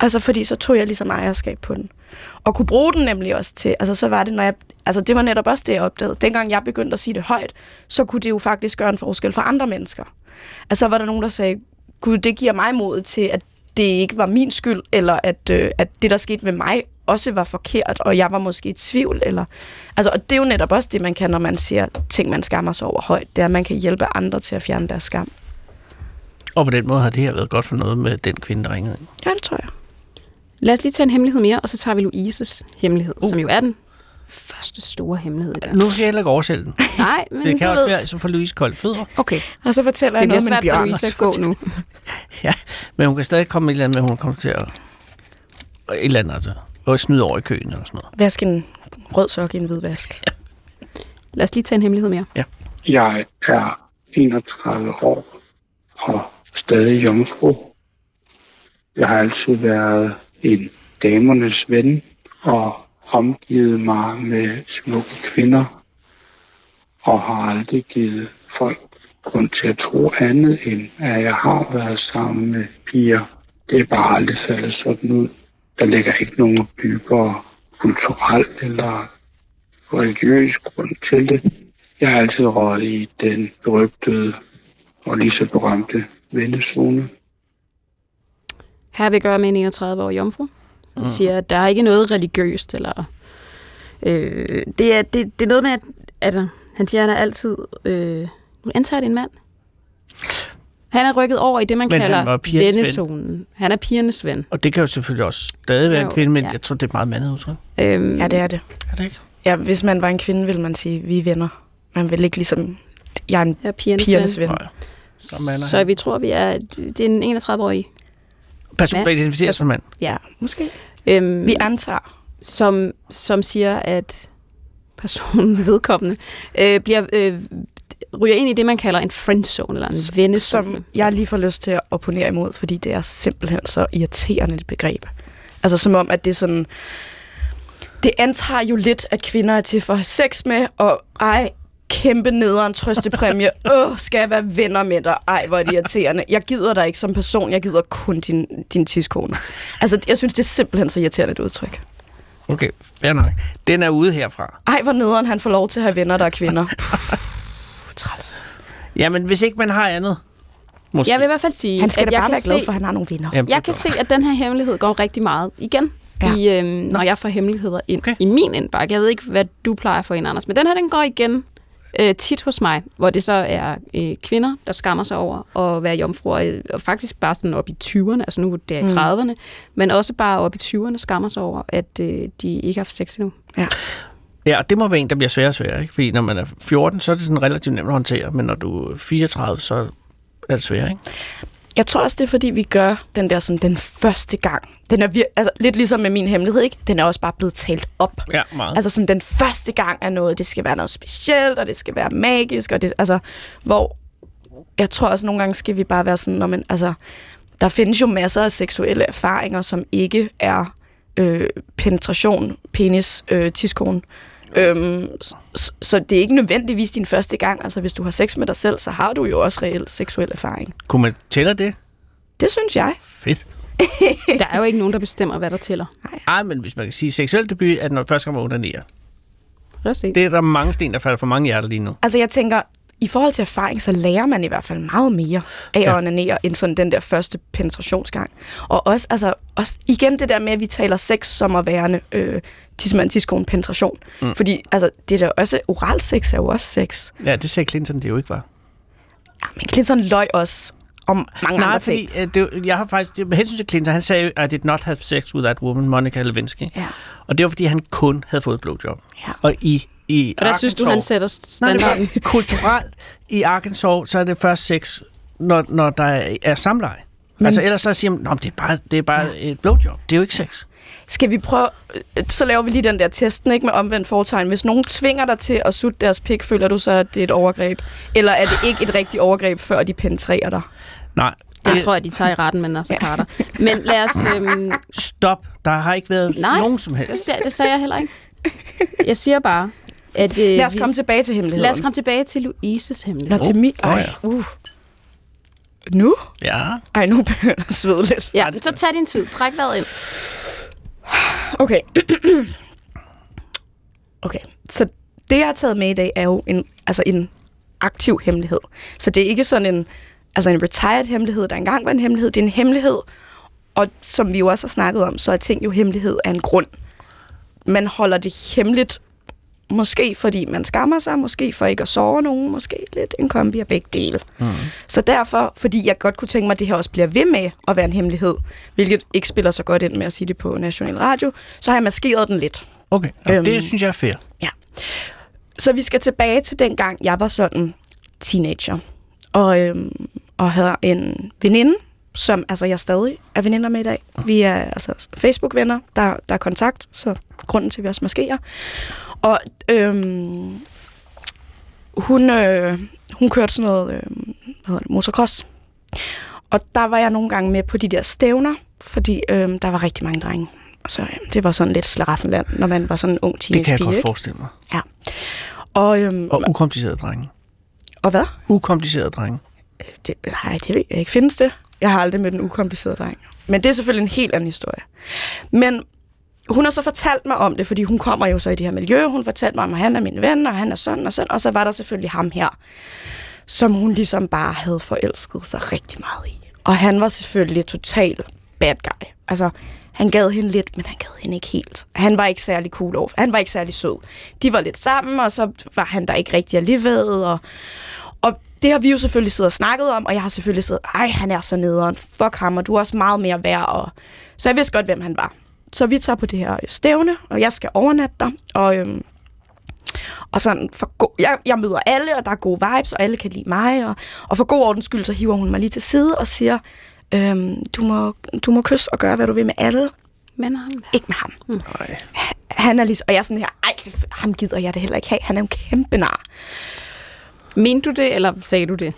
[SPEAKER 6] Altså fordi så tog jeg ligesom ejerskab på den. Og kunne bruge den nemlig også til, altså så var det, når jeg, altså det var netop også det, jeg opdagede. Dengang jeg begyndte at sige det højt, så kunne det jo faktisk gøre en forskel for andre mennesker. Altså så var der nogen, der sagde, gud, det giver mig mod til, at det ikke var min skyld, eller at, øh, at det, der skete ved mig, også var forkert, og jeg var måske i tvivl. Eller, altså, og det er jo netop også det, man kan, når man siger ting, man skammer sig over højt. Det er, at man kan hjælpe andre til at fjerne deres skam.
[SPEAKER 5] Og på den måde har det her været godt for noget med den kvinde, der ringede ind.
[SPEAKER 6] Ja, det tror jeg.
[SPEAKER 4] Lad os lige tage en hemmelighed mere, og så tager vi Louises hemmelighed, uh. som jo er den første store hemmelighed. i dag.
[SPEAKER 5] Nu kan jeg heller ikke oversælge den.
[SPEAKER 4] Nej, men
[SPEAKER 5] Det kan
[SPEAKER 4] du
[SPEAKER 5] også
[SPEAKER 4] ved...
[SPEAKER 5] være, som for Louise Kold Fødder.
[SPEAKER 4] Okay,
[SPEAKER 6] Og så fortæller
[SPEAKER 4] det
[SPEAKER 6] jeg
[SPEAKER 4] bliver
[SPEAKER 6] noget om en
[SPEAKER 4] svært for
[SPEAKER 6] bjørn.
[SPEAKER 4] Louise at gå nu.
[SPEAKER 5] Ja, men hun kan stadig komme med et eller andet, men hun kommer til at... Et eller andet, altså. Og snyde over i køen eller sådan noget.
[SPEAKER 6] Vask en rød sok i en hvid vask.
[SPEAKER 4] Lad os lige tage en hemmelighed mere.
[SPEAKER 10] Jeg er 31 år og stadig jomfru. Jeg har altid været en damernes ven og omgivet mig med smukke kvinder og har aldrig givet folk grund til at tro andet end, at jeg har været sammen med piger. Det er bare aldrig faldet sådan ud. Der ligger ikke nogen dybere kulturelt eller religiøs grund til det. Jeg har altid røget i den berygtede og lige så berømte vennezone.
[SPEAKER 4] Her vil gøre med en 31-årig jomfru, som mm. siger, at der er ikke noget religiøst. Eller, øh, det, er, det, det er noget med, at altså, han siger, at han er altid... Øh, nu antager det er en mand. Han er rykket over i det, man
[SPEAKER 5] Men han var
[SPEAKER 4] kalder
[SPEAKER 5] pigernes ven.
[SPEAKER 4] vennezonen. Han er pigernes ven.
[SPEAKER 5] Og det kan jo selvfølgelig også stadig være
[SPEAKER 4] Jo,
[SPEAKER 5] en kvinde, men
[SPEAKER 4] ja.
[SPEAKER 5] ja. jeg tror, det er et meget mandet udtryk.
[SPEAKER 4] Øhm,
[SPEAKER 6] Ja, det er det.
[SPEAKER 5] Er det ikke?
[SPEAKER 6] Ja, hvis man var en kvinde, ville man sige, vi er venner. Man vil ikke ligesom, jeg er en
[SPEAKER 4] er pigernes,
[SPEAKER 6] pigernes
[SPEAKER 4] pigernes ven.
[SPEAKER 6] ven.
[SPEAKER 5] Nej. Så man er
[SPEAKER 4] Så
[SPEAKER 5] han.
[SPEAKER 4] vi tror, vi er... Det er en 31-årig.
[SPEAKER 5] Personen, der
[SPEAKER 4] Ja.
[SPEAKER 5] identificerer sig som mand.
[SPEAKER 4] Ja.
[SPEAKER 6] Måske.
[SPEAKER 4] Øhm,
[SPEAKER 6] Vi antager.
[SPEAKER 4] som, som siger, at personen vedkommende øh, bliver, øh, ryger ind i det, man kalder en friendzone, eller en vennezone.
[SPEAKER 6] Altså, Som jeg lige får lyst til at opponere imod, fordi det er simpelthen så irriterende et begreb. Altså som om, at det er sådan... Det antager jo lidt, at kvinder er til for at have sex med, og ej, kæmpe nederen trøstepræmie. Åh, skal jeg være venner med dig? Ej, hvor er det irriterende. Jeg gider dig ikke som person, jeg gider kun din, din tidskone. Altså, jeg synes, det er simpelthen så irriterende et udtryk.
[SPEAKER 5] Okay, fair nok. Den er ude herfra.
[SPEAKER 6] Ej, hvor nederen han får lov til at have venner, der er kvinder. Puh, træls.
[SPEAKER 5] Jamen, hvis ikke man har andet. Måske.
[SPEAKER 4] Jeg vil i hvert fald sige,
[SPEAKER 6] Han skal
[SPEAKER 4] at
[SPEAKER 6] da
[SPEAKER 4] jeg
[SPEAKER 6] bare
[SPEAKER 4] kan
[SPEAKER 6] være
[SPEAKER 4] se,
[SPEAKER 6] glad for, at han har nogle venner.
[SPEAKER 5] Jamen,
[SPEAKER 4] jeg kan se, at den her hemmelighed går rigtig meget igen, ja. i, øhm, når jeg får hemmeligheder ind
[SPEAKER 5] Okay.
[SPEAKER 4] okay. i min indbakke. Jeg ved ikke, hvad du plejer for en, Anders, men den her, den går igen øh, tit hos mig, hvor det så er øh, kvinder, der skammer sig over at være jomfruer, øh, og faktisk bare sådan op i 20'erne, altså nu er det i 30'erne, men også bare op i 20'erne skammer sig over, at øh, de ikke har haft sex endnu.
[SPEAKER 5] Ja, og det må være en, der bliver sværere og sværere. Ikke? Fordi når man er 14, så er det sådan relativt nemt at håndtere, men når du er 34, så er det sværere. Ikke?
[SPEAKER 6] Jeg tror også, det er fordi, vi gør den der sådan den første gang. Den er vir- altså, lidt ligesom med min hemmelighed, ikke? Den er også bare blevet talt op.
[SPEAKER 5] Ja, meget.
[SPEAKER 6] Altså sådan den første gang er noget, det skal være noget specielt, og det skal være magisk, og det, altså, hvor jeg tror også nogle gange skal vi bare være sådan, når man, altså, der findes jo masser af seksuelle erfaringer, som ikke er øh, penetration, penis, øh, tidskone. Øhm, s- s- så det er ikke nødvendigvis din første gang. Altså, hvis du har sex med dig selv, så har du jo også reel seksuel erfaring.
[SPEAKER 5] Kunne man tælle det?
[SPEAKER 6] Det synes jeg.
[SPEAKER 5] Fedt.
[SPEAKER 4] Der er jo ikke nogen, der bestemmer, hvad der tæller.
[SPEAKER 5] Ej, men hvis man kan sige, at seksuel debut er, når første gang man onanerer.
[SPEAKER 4] Lad os se.
[SPEAKER 5] Det er der mange sten, der falder for mange hjerter lige nu.
[SPEAKER 6] Altså, jeg tænker, i forhold til erfaring, så lærer man i hvert fald meget mere af ja.
[SPEAKER 5] Ja.
[SPEAKER 6] at onanere, end sådan den der første penetrationsgang. Og også, altså, også igen det der med, at vi taler sex som at værende øh, tidsmand, tidskone, penetration. Mm. Fordi altså, det der også, oral sex er jo også sex.
[SPEAKER 5] Ja, det sagde Clinton, det jo ikke var.
[SPEAKER 6] Ja, men Clinton løg også om mange
[SPEAKER 5] Nej,
[SPEAKER 6] andre
[SPEAKER 5] fordi
[SPEAKER 6] ting.
[SPEAKER 5] øh, det, jeg har faktisk, det, med hensyn til Clinton, han sagde, jo, I did not have sex with that woman, Monica Lewinsky.
[SPEAKER 6] Ja.
[SPEAKER 5] Og det var, fordi han kun havde fået et blowjob.
[SPEAKER 6] Ja.
[SPEAKER 5] Og i, i
[SPEAKER 4] Og der synes du,
[SPEAKER 5] Arkansas-
[SPEAKER 4] han sætter
[SPEAKER 5] Nej,
[SPEAKER 4] standarden.
[SPEAKER 5] det er kulturelt i Arkansas, så er det først sex, når, når der er samleje. Men, altså ellers så siger man, at det er bare, det er bare et blowjob. Det er jo ikke sex.
[SPEAKER 6] Skal vi prøve... øh, Så laver vi lige den der testen, ikke? Med omvendt foretegn. Hvis nogen tvinger dig til at sutte deres pik, føler du så, at det er et overgreb? Eller er det ikke et rigtigt overgreb, før de penetrerer dig?
[SPEAKER 5] Nej.
[SPEAKER 4] Det tror jeg, de tager i retten, men altså Carter. Men lad os... Øhm,
[SPEAKER 5] Stop. Der har ikke været
[SPEAKER 4] nej,
[SPEAKER 5] nogen som helst.
[SPEAKER 4] det, sag, det sagde jeg heller ikke. Jeg siger bare, at... Øh,
[SPEAKER 6] Lad os komme tilbage til hemmeligheden.
[SPEAKER 4] lad os komme tilbage til Louises hemmelighed.
[SPEAKER 6] Nå, til min...
[SPEAKER 5] Oh, Åh,
[SPEAKER 6] Ej, uh. Nu?
[SPEAKER 5] Ja.
[SPEAKER 6] Ej, nu begynder jeg at svede lidt.
[SPEAKER 4] Ja, men så tag din tid. Træk vejret ind.
[SPEAKER 6] Okay. okay, så det, jeg har taget med i dag, er jo en, altså en aktiv hemmelighed. Så det er ikke sådan en, altså en retired hemmelighed, der engang var en hemmelighed. Det er en hemmelighed, og som vi jo også har snakket om, så er ting jo hemmelighed af en grund. Man holder det hemmeligt, måske fordi man skammer sig, måske for ikke at sove nogen, måske lidt en kombi af begge dele. Mm. Så derfor, fordi jeg godt kunne tænke mig, at det her også bliver ved med at være en hemmelighed, hvilket ikke spiller så godt ind med at sige det på national radio, så har jeg maskeret den lidt.
[SPEAKER 5] Okay, Nå,
[SPEAKER 6] Øhm.
[SPEAKER 5] det synes jeg er fair.
[SPEAKER 6] Ja. Så vi skal tilbage til den gang, jeg var sådan teenager. Og, øhm, og havde en veninde, som altså, jeg stadig er veninder med i dag. Vi er altså Facebook-venner, der, der er kontakt, så grunden til, at vi også maskerer. Og øhm, hun, øh, hun kørte sådan noget øh, hvad hedder det, motocross. Og der var jeg nogle gange med på de der stævner, fordi øh, der var rigtig mange drenge. Og så øh, det var sådan lidt slaraffenland, når man var sådan en ung teenage
[SPEAKER 5] Det kan jeg godt
[SPEAKER 6] ikke?
[SPEAKER 5] forestille mig.
[SPEAKER 6] Ja. Og, øhm,
[SPEAKER 5] Og ukomplicerede drenge.
[SPEAKER 6] og hvad?
[SPEAKER 5] Ukomplicerede drenge.
[SPEAKER 6] Det, nej, det ved jeg ikke. Findes det? Jeg har aldrig mødt en ukompliceret dreng. Men det er selvfølgelig en helt anden historie. Men hun har så fortalt mig om det, fordi hun kommer jo så i det her miljø. Hun fortalte mig om, at han er min ven, og han er sådan og sådan. Og så var der selvfølgelig ham her, som hun ligesom bare havde forelsket sig rigtig meget i. Og han var selvfølgelig total bad guy. Altså, han gad hende lidt, men han gad hende ikke helt. Han var ikke særlig cool over. Han var ikke særlig sød. De var lidt sammen, og så var han der ikke rigtig alligevel. Og, og det har vi jo selvfølgelig siddet og snakket om, og jeg har selvfølgelig siddet, ej, han er så nederen, fuck ham, og du er også meget mere værd. Og... Så jeg vidste godt, hvem han var. Så vi tager på det her stævne, og jeg skal overnatte der, og, øhm, og sådan for go- jeg, jeg møder alle, og der er gode vibes, og alle kan lide mig, og, og for god ordens skyld, så hiver hun mig lige til side og siger, øhm, du, må, du må kysse og gøre, hvad du vil med alle,
[SPEAKER 4] Men ham.
[SPEAKER 6] ikke med ham.
[SPEAKER 5] Nej.
[SPEAKER 6] Han er lige, og jeg er sådan her, ej, selvfø- ham gider jeg det heller ikke have, han er en kæmpe nar.
[SPEAKER 4] Mente du det, eller sagde du det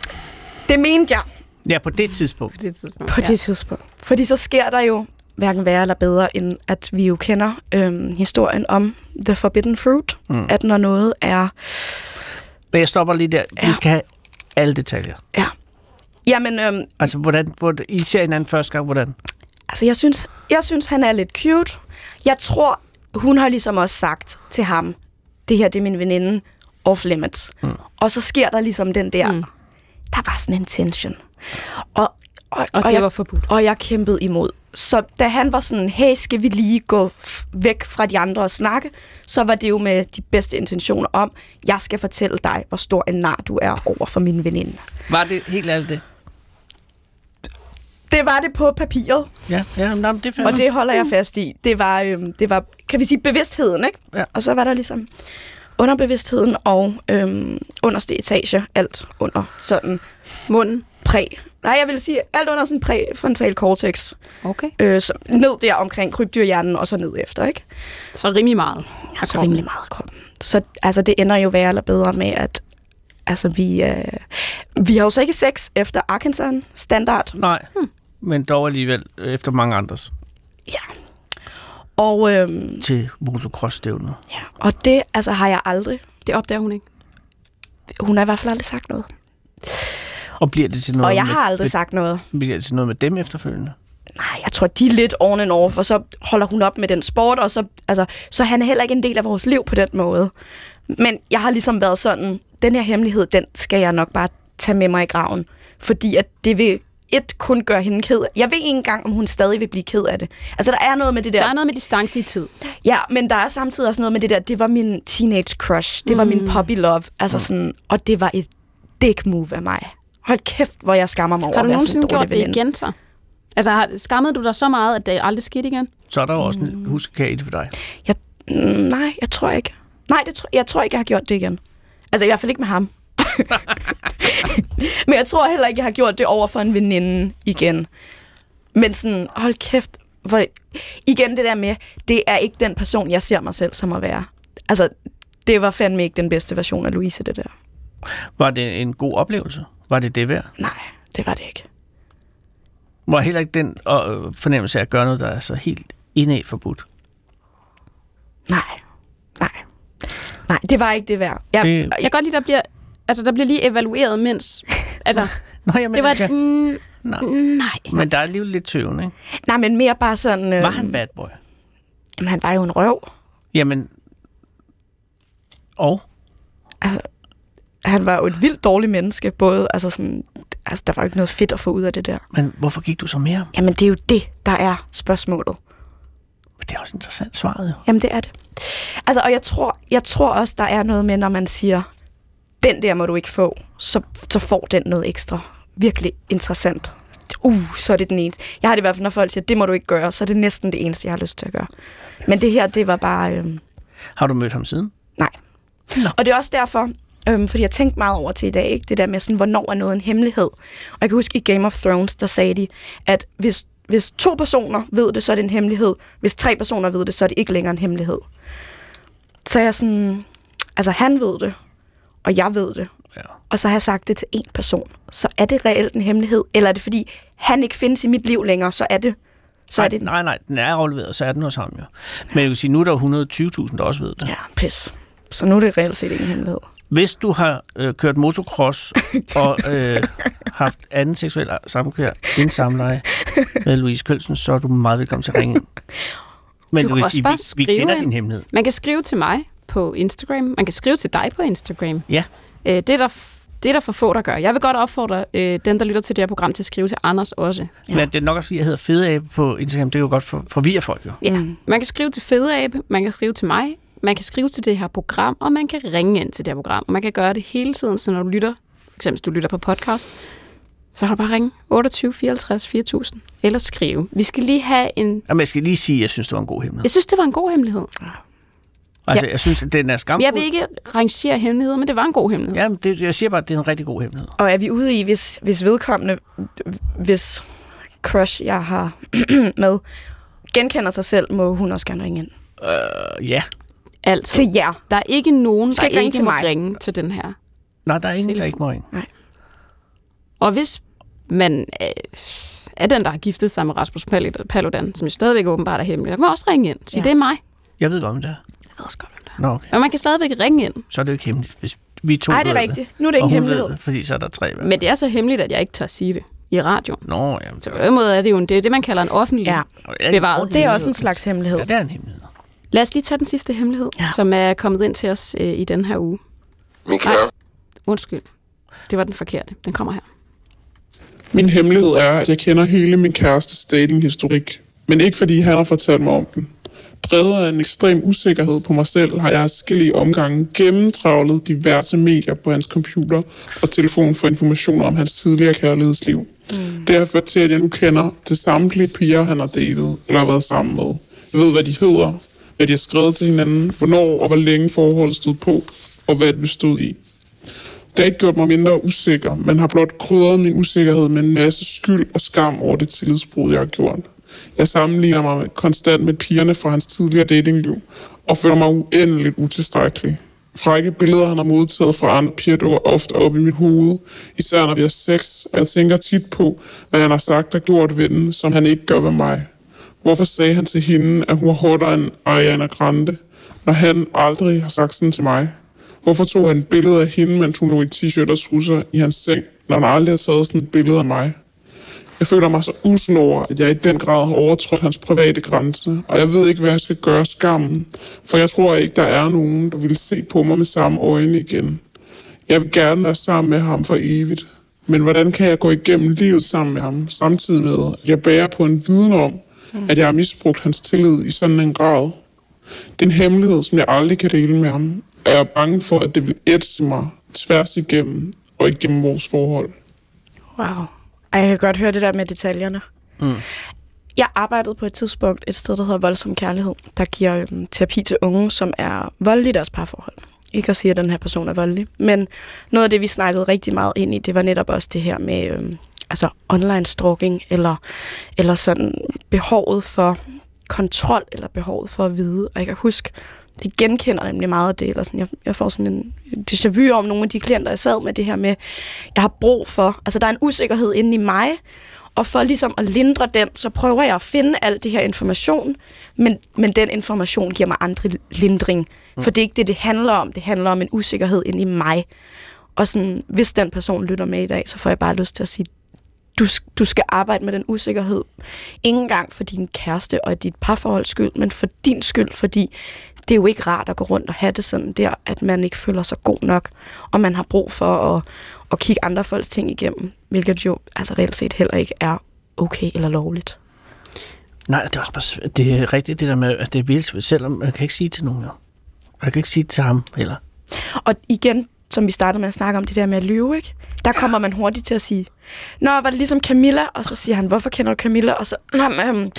[SPEAKER 6] Det mente jeg,
[SPEAKER 5] Ja, på det tidspunkt.
[SPEAKER 4] på det tidspunkt?
[SPEAKER 6] på ja. det tidspunkt. Fordi så sker der jo hverken værre eller bedre, end at vi jo kender øhm, historien om The Forbidden Fruit, mm. at når noget er...
[SPEAKER 5] Men jeg stopper lige der. Vi
[SPEAKER 6] Ja.
[SPEAKER 5] skal have alle detaljer.
[SPEAKER 6] Ja. Jamen, øhm,
[SPEAKER 5] Altså, hvordan, hvordan, I ser hinanden første gang, hvordan?
[SPEAKER 6] altså jeg synes, jeg synes, han er lidt cute. Jeg tror, hun har ligesom også sagt til ham, det her det er min veninde, off limits. Mm. Og så sker der ligesom den der, mm. der var sådan en tension. Og, og,
[SPEAKER 4] Og det
[SPEAKER 6] jeg-
[SPEAKER 4] var forbudt.
[SPEAKER 6] og jeg kæmpede imod. Så da han var sådan, hey, skal vi lige gå f- væk fra de andre og snakke, så var det jo med de bedste intentioner om, jeg skal fortælle dig, hvor stor en nar du er over for min veninde.
[SPEAKER 5] Var det helt ærligt det?
[SPEAKER 6] Det var det på papiret,
[SPEAKER 5] Ja, ja Mm. men, jamen, det er
[SPEAKER 6] og
[SPEAKER 5] fandme.
[SPEAKER 6] det holder jeg fast i. Det var, øhm, det var kan vi sige, bevidstheden, ikke?
[SPEAKER 5] Ja.
[SPEAKER 6] Og så var der ligesom underbevidstheden og øhm, underste etage, alt under sådan
[SPEAKER 4] Munden.
[SPEAKER 6] præ. Nej, jeg vil sige, alt under sådan præfrontal cortex.
[SPEAKER 4] Okay.
[SPEAKER 6] Øh, så ned der omkring krybdyrhjernen, og så ned efter, ikke?
[SPEAKER 4] Så rimelig meget.
[SPEAKER 6] altså rimelig meget af kroppen. Så altså, det ender jo værre eller bedre med, at altså, vi, øh, vi har jo så ikke sex efter Arkansas standard.
[SPEAKER 5] Nej, men dog alligevel øh, efter mange andres
[SPEAKER 6] Og, øh,
[SPEAKER 5] til motocross-stævner.
[SPEAKER 6] ja. og det altså, har jeg aldrig.
[SPEAKER 4] Det opdager hun ikke.
[SPEAKER 6] Hun har i hvert fald aldrig sagt noget.
[SPEAKER 5] Og bliver det til noget
[SPEAKER 6] Og jeg
[SPEAKER 5] med,
[SPEAKER 6] har aldrig
[SPEAKER 5] med,
[SPEAKER 6] sagt noget.
[SPEAKER 5] Bliver det til noget med dem efterfølgende?
[SPEAKER 6] Nej, jeg tror, de er lidt oven and over, for så holder hun op med den sport, og så, altså, så han er heller ikke en del af vores liv på den måde. Men jeg har ligesom været sådan, den her hemmelighed, den skal jeg nok bare tage med mig i graven. Fordi at det vil et kun gøre hende ked af. Jeg ved ikke engang, om hun stadig vil blive ked af det. Altså, der er noget med det der.
[SPEAKER 4] Der er noget med distance i tid.
[SPEAKER 6] Ja, men der er samtidig også noget med det der, det var min teenage crush, det var
[SPEAKER 4] Mm.
[SPEAKER 6] min puppy love, altså sådan, og det var et dick move af mig. Hold kæft, hvor jeg skammer mig over
[SPEAKER 4] Har
[SPEAKER 6] at
[SPEAKER 4] du
[SPEAKER 6] være
[SPEAKER 4] nogensinde
[SPEAKER 6] sådan en dårlig
[SPEAKER 4] gjort det
[SPEAKER 6] veninde.
[SPEAKER 4] igen så? Altså, har, skammede du dig så meget, at det aldrig skete igen?
[SPEAKER 5] Så er der jo også en huskekage i det for dig.
[SPEAKER 6] Jeg, mm, nej, jeg tror ikke. Nej, det tro, jeg tror ikke, jeg har gjort det igen. Altså i hvert fald ikke med ham. Men jeg tror heller ikke, jeg har gjort det over for en veninde igen. Men sådan, hold kæft. Hvor, igen det der med, det er ikke den person, jeg ser mig selv som at være. Altså, det var fandme ikke den bedste version af Louise, det der.
[SPEAKER 5] Var det en god oplevelse? Var det det værd?
[SPEAKER 6] Nej, det var det ikke.
[SPEAKER 5] Var heller ikke den øh, fornemmelse af at gøre noget, der er så helt indad forbudt?
[SPEAKER 6] Nej. Nej. Nej, det var ikke det værd. Jeg,
[SPEAKER 5] Det-
[SPEAKER 4] Jeg kan godt lide, der bliver, altså, der bliver lige evalueret, mens... Altså,
[SPEAKER 5] Nå, jamen,
[SPEAKER 4] det var...
[SPEAKER 5] ja,
[SPEAKER 4] Mm,
[SPEAKER 5] nej.
[SPEAKER 4] nej.
[SPEAKER 5] Men der er alligevel lidt tøven, ikke?
[SPEAKER 6] Nej, men mere bare sådan... Øh,
[SPEAKER 5] Var
[SPEAKER 4] Øhm.
[SPEAKER 5] han bad boy?
[SPEAKER 6] Jamen, han var jo en røv.
[SPEAKER 5] Jamen, og?
[SPEAKER 6] han var jo et vildt dårligt menneske, både, altså sådan, altså der var jo ikke noget fedt at få ud af det der.
[SPEAKER 5] Men hvorfor gik du så mere?
[SPEAKER 6] Jamen, det er jo det, der er spørgsmålet.
[SPEAKER 5] Men det er også interessant svaret, jo.
[SPEAKER 6] Jamen, det er det. Altså, og jeg tror, jeg tror også, der er noget med, når man siger, den der må du ikke få, så, så får den noget ekstra. Virkelig interessant. Uh, så er det den eneste. Jeg har det i hvert fald, når folk siger, det må du ikke gøre, så er det næsten det eneste, jeg har lyst til at gøre. Men det her, det var bare... Øhm,
[SPEAKER 5] Har du mødt ham siden?
[SPEAKER 6] Nej. Nå. Og det er også derfor, øhm, fordi jeg tænkte meget over til i dag, ikke? det der med, sådan, hvornår er noget en hemmelighed. Og jeg kan huske i Game of Thrones, der sagde de, at hvis, hvis to personer ved det, så er det en hemmelighed. Hvis tre personer ved det, så er det ikke længere en hemmelighed. Så er jeg sådan, altså han ved det, og jeg ved det.
[SPEAKER 5] Ja.
[SPEAKER 6] Og så har jeg sagt det til én person. Så er det reelt en hemmelighed, eller er det fordi, han ikke findes i mit liv længere, så er det... Så er det
[SPEAKER 5] Nej, nej, den er afleveret, så er den hos ham, jo. Men jeg vil sige, nu er der jo 120.000, der også ved det.
[SPEAKER 6] Ja, pis. Så nu er det reelt set ikke en hemmelighed.
[SPEAKER 5] Hvis du har øh, kørt motocross og øh, haft anden seksuel samkvær inden samleje med Louise Kølsen, så er du meget velkommen til at ringe ind. Men
[SPEAKER 4] Du
[SPEAKER 5] du,
[SPEAKER 4] kan
[SPEAKER 5] kan
[SPEAKER 4] også
[SPEAKER 5] sige,
[SPEAKER 4] bare
[SPEAKER 5] vi, vi
[SPEAKER 4] skrive
[SPEAKER 5] kender
[SPEAKER 4] ind.
[SPEAKER 5] din hemmelighed.
[SPEAKER 4] Man kan skrive til mig på Instagram. Man kan skrive til dig på Instagram.
[SPEAKER 5] Ja.
[SPEAKER 4] Øh, det, er der, f- det er der for få, der gør. Jeg vil godt opfordre øh, dem, der lytter til det her program, til at skrive til Anders også.
[SPEAKER 5] ja. Men det er nok også, fordi jeg hedder Fede Abe på Instagram. Det er jo godt for, forvirre folk jo.
[SPEAKER 4] Ja. Mm. Man kan skrive til Fedeabe, man kan skrive til mig, man kan skrive til det her program, og man kan ringe ind til det her program. Og man kan gøre det hele tiden, så når du lytter, for eksempel hvis du lytter på podcast, så har du bare ringe 28 54 4000, eller skrive. Vi skal lige have en...
[SPEAKER 5] Jamen, jeg skal lige sige, at jeg synes, det var en god hemmelighed.
[SPEAKER 4] Jeg synes, det var en god hemmelighed.
[SPEAKER 5] Altså, jeg synes, at den er skam.
[SPEAKER 4] Jeg vil ikke rangere hemmeligheder, men det var en god hemmelighed.
[SPEAKER 5] Jamen, det, jeg siger bare, at det er en rigtig god hemmelighed.
[SPEAKER 6] Og er vi ude i, hvis, hvis vedkommende, hvis crush, jeg har med, genkender sig selv, må hun også gerne ringe ind.
[SPEAKER 5] Øh, ja.
[SPEAKER 4] Altid.
[SPEAKER 6] Til jer.
[SPEAKER 4] Der er ikke nogen, der
[SPEAKER 6] skal ikke
[SPEAKER 4] ikke,
[SPEAKER 6] ringe
[SPEAKER 4] ikke
[SPEAKER 6] til
[SPEAKER 4] må
[SPEAKER 6] mig.
[SPEAKER 4] ringe til den her.
[SPEAKER 5] Nej, der er ingen, der
[SPEAKER 4] Telefon.
[SPEAKER 5] ikke må ringe.
[SPEAKER 4] Og hvis man øh, er den, der har giftet sig med Rasmus Pal- Paludan, som jo stadigvæk åbenbart er hemmelig, der kan man også ringe ind. Sige, ja. det er mig.
[SPEAKER 5] Jeg ved godt, om det er.
[SPEAKER 4] Jeg ved også godt, hvem det er.
[SPEAKER 5] Nå, okay.
[SPEAKER 4] Men man kan stadigvæk ringe ind.
[SPEAKER 5] Så er det jo ikke hemmeligt, hvis vi to
[SPEAKER 6] Nej, det
[SPEAKER 5] ved
[SPEAKER 6] er rigtigt. Nu er det
[SPEAKER 5] og
[SPEAKER 6] ikke en
[SPEAKER 5] hun
[SPEAKER 6] hemmelighed.
[SPEAKER 5] ved det, fordi så er der tre. hver.
[SPEAKER 4] Men det er så hemmeligt, at jeg ikke tør sige det i radioen.
[SPEAKER 5] Nå, jamen,
[SPEAKER 4] Så
[SPEAKER 5] det
[SPEAKER 4] på
[SPEAKER 5] er,
[SPEAKER 4] den måde er det jo en, det, er det man kalder en offentlig
[SPEAKER 6] Ja.
[SPEAKER 4] ja.
[SPEAKER 5] Ja,
[SPEAKER 4] bevaret
[SPEAKER 6] Det er
[SPEAKER 4] hemmelighed.
[SPEAKER 6] også en slags hemmelighed.
[SPEAKER 5] ja, det er en hemmelighed.
[SPEAKER 4] Lad os lige tage den sidste hemmelighed,
[SPEAKER 6] Ja.
[SPEAKER 4] ja. som er kommet ind til os øh, i den her uge.
[SPEAKER 7] Min kæreste
[SPEAKER 4] Undskyld. Det var den forkerte. Den kommer her.
[SPEAKER 8] Min hemmelighed er, at jeg kender hele min kærestes datinghistorik, men ikke fordi han har fortalt mig om den. Drevet af en ekstrem usikkerhed på mig selv, har jeg forskellige omgange gennemtravlet diverse medier på hans computer og telefon for informationer om hans tidligere kærlighedsliv. Mm. Det har ført til, at jeg nu kender til samtlige piger, han har datet eller været sammen med. Jeg ved, hvad de hedder, hvad de har skrevet til hinanden, hvornår og hvor længe forholdet stod på, og hvad det bestod i. Det har ikke gjort mig mindre usikker, men har blot krydret min usikkerhed med en masse skyld og skam over det tillidsbrud, jeg har gjort. Jeg sammenligner mig med- konstant med pigerne fra hans tidligere datingliv, og føler mig uendeligt utilstrækkelig. Frække billeder, han har modtaget fra andre piger, dukker ofte op i mit hoved, især når vi har sex, og jeg tænker tit på, hvad han har sagt og gjort ved den, som han ikke gør ved mig. Hvorfor sagde han til hende, at hun var hårdere end Ariana Grande, når han aldrig har sagt sådan til mig? Hvorfor tog han et billede af hende, mens hun lå i t-shirt og trusser i hans seng, når han aldrig har taget sådan et billede af mig? Jeg føler mig så usen over, at jeg i den grad har overtrådt hans private grænse, og jeg ved ikke, hvad jeg skal gøre skammen, for jeg tror ikke, der er nogen, der vil se på mig med samme øjne igen. Jeg vil gerne være sammen med ham for evigt, men hvordan kan jeg gå igennem livet sammen med ham, samtidig med, at jeg bærer på en viden om, at jeg har misbrugt hans tillid i sådan en grad? Det er en hemmelighed, som jeg aldrig kan dele med ham. Og jeg er bange for, at det vil ætse mig tværs igennem og igennem vores forhold.
[SPEAKER 6] Wow. Ej, jeg kan godt høre det der med detaljerne. Mm. Jeg arbejdede på et tidspunkt et sted, der hedder Voldsom Kærlighed, der giver øhm, terapi til unge, som er voldelige i deres parforhold. Ikke at sige, at den her person er voldelig, men noget af det, vi snakkede rigtig meget ind i, det var netop også det her med øhm, altså online stalking, eller, eller sådan behovet for kontrol, eller behovet for at vide. Og jeg kan huske, det genkender nemlig meget af det, eller sådan, jeg, jeg får sådan en déjà vu om nogle af de klienter, jeg sad med det her med, jeg har brug for, altså der er en usikkerhed inde i mig, og for ligesom at lindre den, så prøver jeg at finde al det her information, men, men den information giver mig andre lindring, for det er ikke det, det handler om, det handler om en usikkerhed inde i mig. Og sådan, hvis den person lytter med i dag, så får jeg bare lyst til at sige, du, sk- du skal arbejde med den usikkerhed. Ikke engang for din kæreste og dit parforholds skyld, men for din skyld, fordi det er jo ikke rart at gå rundt og have det sådan der, at man ikke føler sig god nok, og man har brug for at, at kigge andre folks ting igennem, hvilket jo altså reelt set heller ikke er okay eller lovligt.
[SPEAKER 5] Nej, det er også bare svæ- det er rigtigt det der med, at det er vildt, selvom jeg kan ikke sige til nogen jo. Jeg kan ikke sige det til ham heller.
[SPEAKER 6] Og igen, som vi startede med at snakke om, det der med at lyve, ikke? Der kommer man hurtigt til at sige, Nå, var det ligesom Camilla? Og så siger han, hvorfor kender du Camilla? Og så, Nå, men, øhm,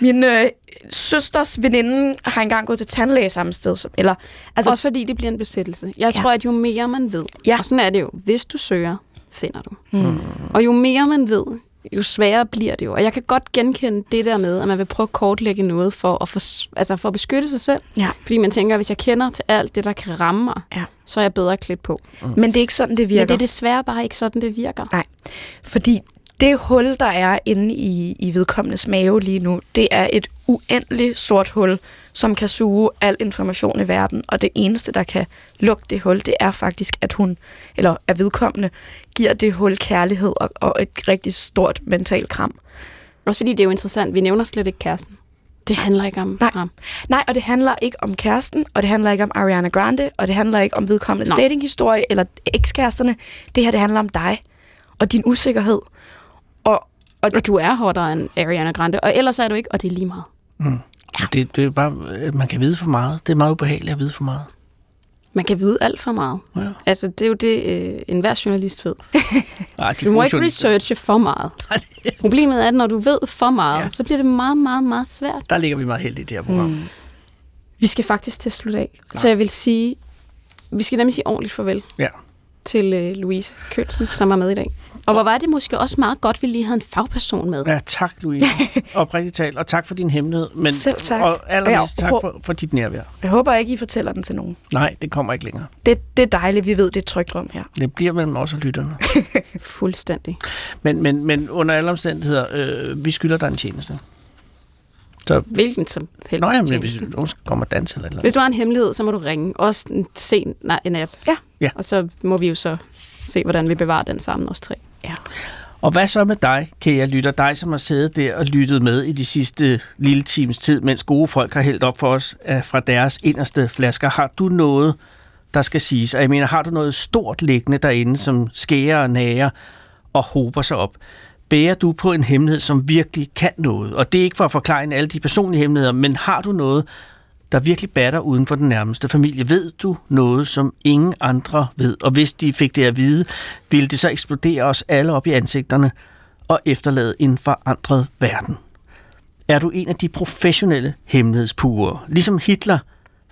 [SPEAKER 6] min øh, søsters veninde har engang gået til tandlæge samme sted. Som, eller, altså,
[SPEAKER 4] Altså, også fordi det bliver en besættelse. Jeg
[SPEAKER 6] Ja.
[SPEAKER 4] ja. tror, at jo mere man ved,
[SPEAKER 6] Ja.
[SPEAKER 4] og sådan er det jo, hvis du søger, finder du. Mm. Og jo mere man ved, jo sværere bliver det jo. Og jeg kan godt genkende det der med, at man vil prøve at kortlægge noget for at, for, altså for at beskytte sig selv.
[SPEAKER 6] Ja.
[SPEAKER 4] Fordi man tænker, at hvis jeg kender til alt det, der kan ramme mig,
[SPEAKER 6] Ja.
[SPEAKER 4] så er jeg bedre klædt på.
[SPEAKER 6] men det er ikke sådan, det virker.
[SPEAKER 4] Men det er desværre bare ikke sådan, det virker.
[SPEAKER 6] Nej, fordi det hul, der er inde i, i vedkommendes mave lige nu, det er et uendeligt sort hul, som kan suge al information i verden, og det eneste, der kan lukke det hul, det er faktisk, at hun, eller at vedkommende, giver det hul kærlighed og, og et rigtig stort mentalt kram.
[SPEAKER 4] Også fordi det er jo interessant, vi nævner slet ikke kæresten. Det handler ikke om
[SPEAKER 6] Nej.
[SPEAKER 4] ham.
[SPEAKER 6] Nej, og det handler ikke om kæresten, og det handler ikke om Ariana Grande, og det handler ikke om vedkommendes
[SPEAKER 4] Nej.
[SPEAKER 6] datinghistorie eller ekskæresterne. Det her, det handler om dig og din usikkerhed. Og, og
[SPEAKER 4] Og du er hårdere end Ariana Grande, og ellers er du ikke, og det er lige meget.
[SPEAKER 5] Men Det, det er bare, øh, man kan vide for meget. Det er meget ubehageligt at vide for meget.
[SPEAKER 4] Man kan vide alt for meget.
[SPEAKER 5] Ja.
[SPEAKER 4] Altså, det er jo det, øh, enhver journalist ved.
[SPEAKER 5] Ej, de
[SPEAKER 4] Du må
[SPEAKER 5] gode
[SPEAKER 4] ikke
[SPEAKER 5] journalister,
[SPEAKER 4] researche for meget. Problemet er, at når du ved for meget,
[SPEAKER 5] Ja.
[SPEAKER 4] ja. så bliver det meget, meget, meget svært.
[SPEAKER 5] Der ligger vi meget heldigt i det her program. Mm.
[SPEAKER 4] Vi skal faktisk til at slutte af. Så jeg vil sige, vi skal nemlig sige ordentligt farvel
[SPEAKER 5] Ja.
[SPEAKER 4] til øh, Louise Kølsen, som var med i dag. Og hvor var det måske også meget godt, vi lige havde en fagperson med.
[SPEAKER 5] ja, tak Louise. Oprigtigt talt. Og tak for din hemmelighed. Men,
[SPEAKER 6] Selv tak.
[SPEAKER 5] Og allermest
[SPEAKER 6] Og
[SPEAKER 5] tak
[SPEAKER 6] jeg-
[SPEAKER 5] for, for dit nærvær.
[SPEAKER 6] jeg håber ikke, I fortæller den til nogen.
[SPEAKER 5] Nej, det kommer ikke længere.
[SPEAKER 6] Det, det er dejligt, vi ved, det er et trygt rum her.
[SPEAKER 5] Det bliver mellem os og lytterne.
[SPEAKER 4] Fuldstændig.
[SPEAKER 5] Men, men, men under alle omstændigheder, øh, vi skylder dig en tjeneste.
[SPEAKER 4] Hvilken som helst
[SPEAKER 5] Nå ja, men hvis
[SPEAKER 4] tjeneste.
[SPEAKER 5] nogen skal komme og danse eller et eller
[SPEAKER 4] Hvis du har en hemmelighed, så må du ringe. Også en sen nej, en nat.
[SPEAKER 6] Ja.
[SPEAKER 5] Ja.
[SPEAKER 4] Og så må vi jo så se, hvordan vi bevarer den sammen, os tre.
[SPEAKER 6] Ja.
[SPEAKER 5] andet. Og hvad så med dig, kære lytter? Dig, som har siddet der og lyttet med i de sidste lille times tid, mens gode folk har hældt op for os øh, fra deres inderste flasker. Har du noget, der skal siges? Og jeg mener, har du noget stort liggende derinde, som skærer og nager og hober sig op? Bærer du på en hemmelighed, som virkelig kan noget? Og det er ikke for at forklare en alle de personlige hemmeligheder, men har du noget, der virkelig batter uden for den nærmeste familie. Ved du noget, som ingen andre ved? Og hvis de fik det at vide, ville det så eksplodere os alle op i ansigterne og efterlade en forandret verden? Er du en af de professionelle hemmelighedspuger? Ligesom Hitler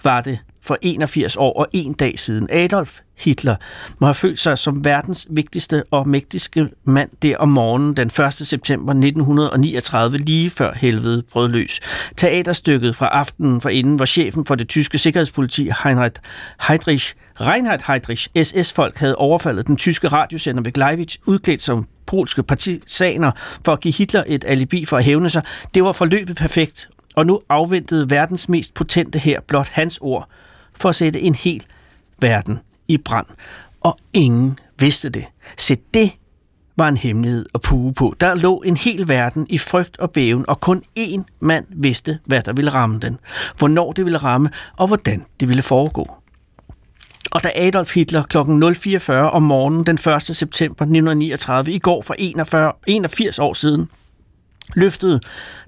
[SPEAKER 5] var det for 81 år og en dag siden. Adolf Hitler må have følt sig som verdens vigtigste og mægtigste mand der om morgenen den 1. september 1939, lige før helvede brød løs. Teaterstykket fra aftenen for inden, hvor chefen for det tyske sikkerhedspoliti Heinrich Heydrich, Reinhard Heydrich, SS-folk havde overfaldet den tyske radiosender ved Gleiwitz, udklædt som polske partisaner for at give Hitler et alibi for at hævne sig. Det var forløbet perfekt, og nu afventede verdens mest potente her blot hans ord for at sætte en hel verden i brand. Og ingen vidste det. Se, det var en hemmelighed at puge på. Der lå en hel verden i frygt og bæven, og kun én mand vidste, hvad der ville ramme den, hvornår det ville ramme, og hvordan det ville foregå. Og da Adolf Hitler kl. 04.40 om morgenen den 1. september 1939, i går for 41, 81 år siden, løftede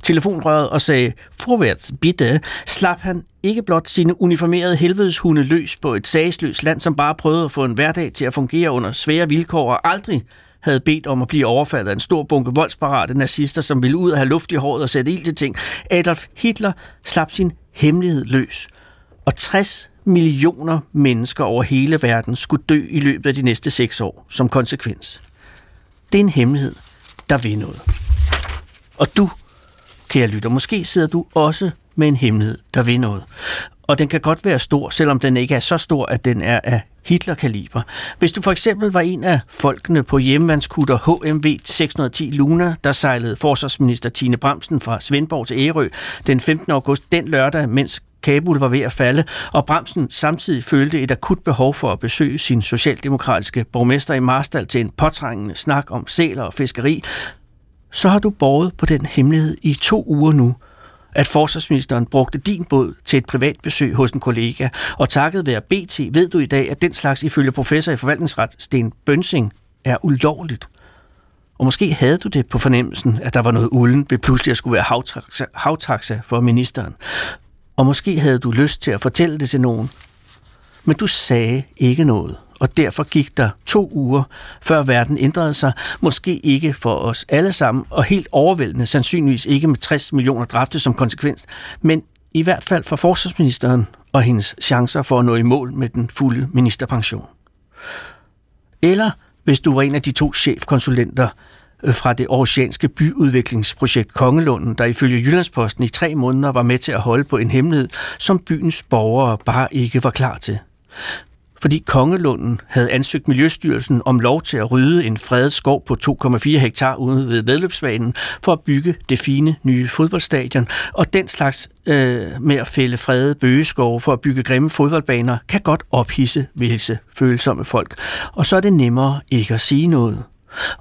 [SPEAKER 5] telefonrøret og sagde, forværts bitte, slap han ikke blot sine uniformerede helvedeshunde løs på et sagsløst land, som bare prøvede at få en hverdag til at fungere under svære vilkår og aldrig havde bedt om at blive overfaldet af en stor bunke voldsparate nazister, som ville ud og have luft i håret og sætte ild til ting. Adolf Hitler slap sin hemmelighed løs og 60 millioner mennesker over hele verden skulle dø i løbet af de næste seks år som konsekvens. Det er en hemmelighed, der vil noget. Og du, kære lytter, måske sidder du også med en hemmelighed, der vil noget. Og den kan godt være stor, selvom den ikke er så stor, at den er af Hitler-kaliber. Hvis du for eksempel var en af folkene på hjemmevandskutter HMV 610 Luna, der sejlede forsvarsminister Tine Bramsen fra Svendborg til Ærø den 15. august den lørdag, mens Kabul var ved at falde, og Bramsen samtidig følte et akut behov for at besøge sin socialdemokratiske borgmester i Marstal til en påtrængende snak om sæler og fiskeri, så har du borget på den hemmelighed i to uger nu, at forsvarsministeren brugte din båd til et privat besøg hos en kollega, og takket være BT ved du i dag, at den slags ifølge professor i forvaltningsret Sten Bønsing er ulovligt. Og måske havde du det på fornemmelsen, at der var noget ulden ved pludselig at skulle være havtaxa, havtaxa for ministeren. Og måske havde du lyst til at fortælle det til nogen, men du sagde ikke noget, og derfor gik der to uger, før verden ændrede sig, måske ikke for os alle sammen, og helt overvældende sandsynligvis ikke med 60 millioner dræbte som konsekvens, men i hvert fald for forsvarsministeren og hendes chancer for at nå i mål med den fulde ministerpension. Eller hvis du var en af de to chefkonsulenter øh, fra det aarhusianske byudviklingsprojekt Kongelunden, der ifølge Jyllandsposten i tre måneder var med til at holde på en hemmelighed, som byens borgere bare ikke var klar til. Fordi Kongelunden havde ansøgt Miljøstyrelsen om lov til at rydde en fredet skov på 2,4 hektar ude ved vedløbsbanen for at bygge det fine nye fodboldstadion, og den slags øh, med at fælde fredede bøgeskove for at bygge grimme fodboldbaner, kan godt ophisse visse følsomme folk. Og så er det nemmere ikke at sige noget.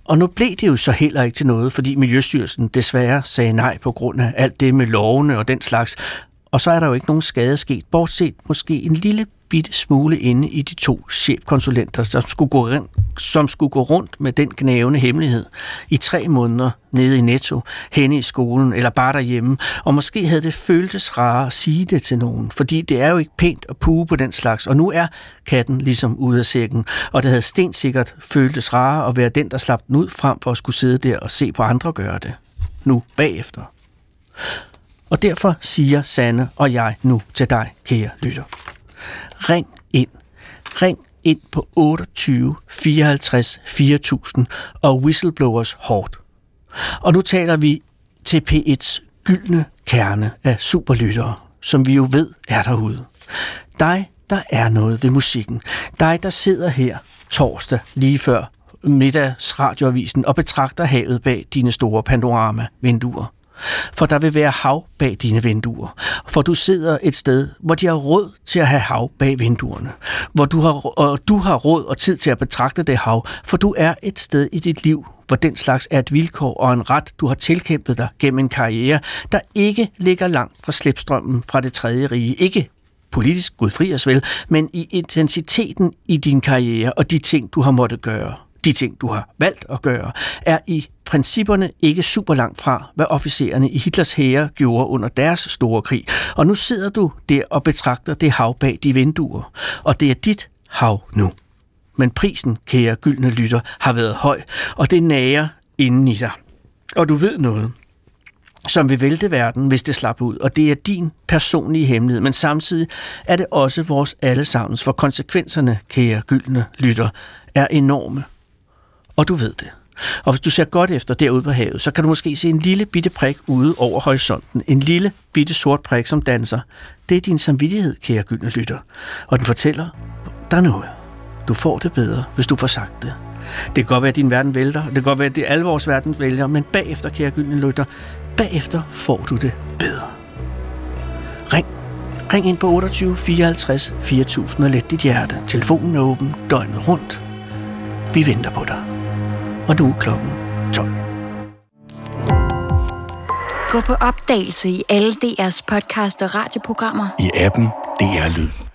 [SPEAKER 5] Og nu blev det jo så heller ikke til noget, fordi Miljøstyrelsen desværre sagde nej på grund af alt det med lovene og den slags. Og så er der jo ikke nogen skade sket, bortset måske en lille bitte smule inde i de to chefkonsulenter, som skulle gå, rin- som skulle gå rundt med den gnævende hemmelighed i tre måneder nede i Netto, henne i skolen eller bare derhjemme. Og måske havde det føltes rarere at sige det til nogen, fordi det er jo ikke pænt at puge på den slags. Og nu er katten ligesom ude af sækken, og det havde stensikkert føltes rarere at være den, der slap den ud frem for at skulle sidde der og se på andre gøre det. Nu bagefter. Og derfor siger Sanne og jeg nu til dig, kære lytter. Ring ind. Ring ind på 28 54 4000 og whistleblowers hårdt. Og nu taler vi til P1's gyldne kerne af superlyttere, som vi jo ved er derude. Dig, der er noget ved musikken. Dig, der sidder her torsdag lige før middagsradioavisen og betragter havet bag dine store panorama-vinduer. For der vil være hav bag dine vinduer. For du sidder et sted, hvor de har råd til at have hav bag vinduerne. Hvor du har, og du har råd og tid til at betragte det hav, for du er et sted i dit liv, hvor den slags er et vilkår og en ret, du har tilkæmpet dig gennem en karriere, der ikke ligger langt fra slipstrømmen fra det tredje rige. Ikke politisk, Gud fri os vel, men i intensiteten i din karriere og de ting, du har måttet gøre de ting, du har valgt at gøre, er i principperne ikke super langt fra, hvad officererne i Hitlers hære gjorde under deres store krig. Og nu sidder du der og betragter det hav bag de vinduer. Og det er dit hav nu. Men prisen, kære gyldne lytter, har været høj, og det nager inden i dig. Og du ved noget som vil vælte verden, hvis det slap ud. Og det er din personlige hemmelighed, men samtidig er det også vores allesammens, for konsekvenserne, kære gyldne lytter, er enorme og du ved det. Og hvis du ser godt efter derude på havet, så kan du måske se en lille bitte prik ude over horisonten. En lille bitte sort prik, som danser. Det er din samvittighed, kære gyldne lytter. Og den fortæller, der er noget. Du får det bedre, hvis du får sagt det. Det kan godt være, at din verden vælter. Det kan godt være, at det er alle vores verden vælter. Men bagefter, kære gyldne lytter, bagefter får du det bedre. Ring. Ring ind på 28 54 4000 og let dit hjerte. Telefonen er åben døgnet rundt. Vi venter på dig og nu er klokken 12.
[SPEAKER 11] Gå på opdagelse i alle DR's podcast og radioprogrammer.
[SPEAKER 12] I appen DR Lyd.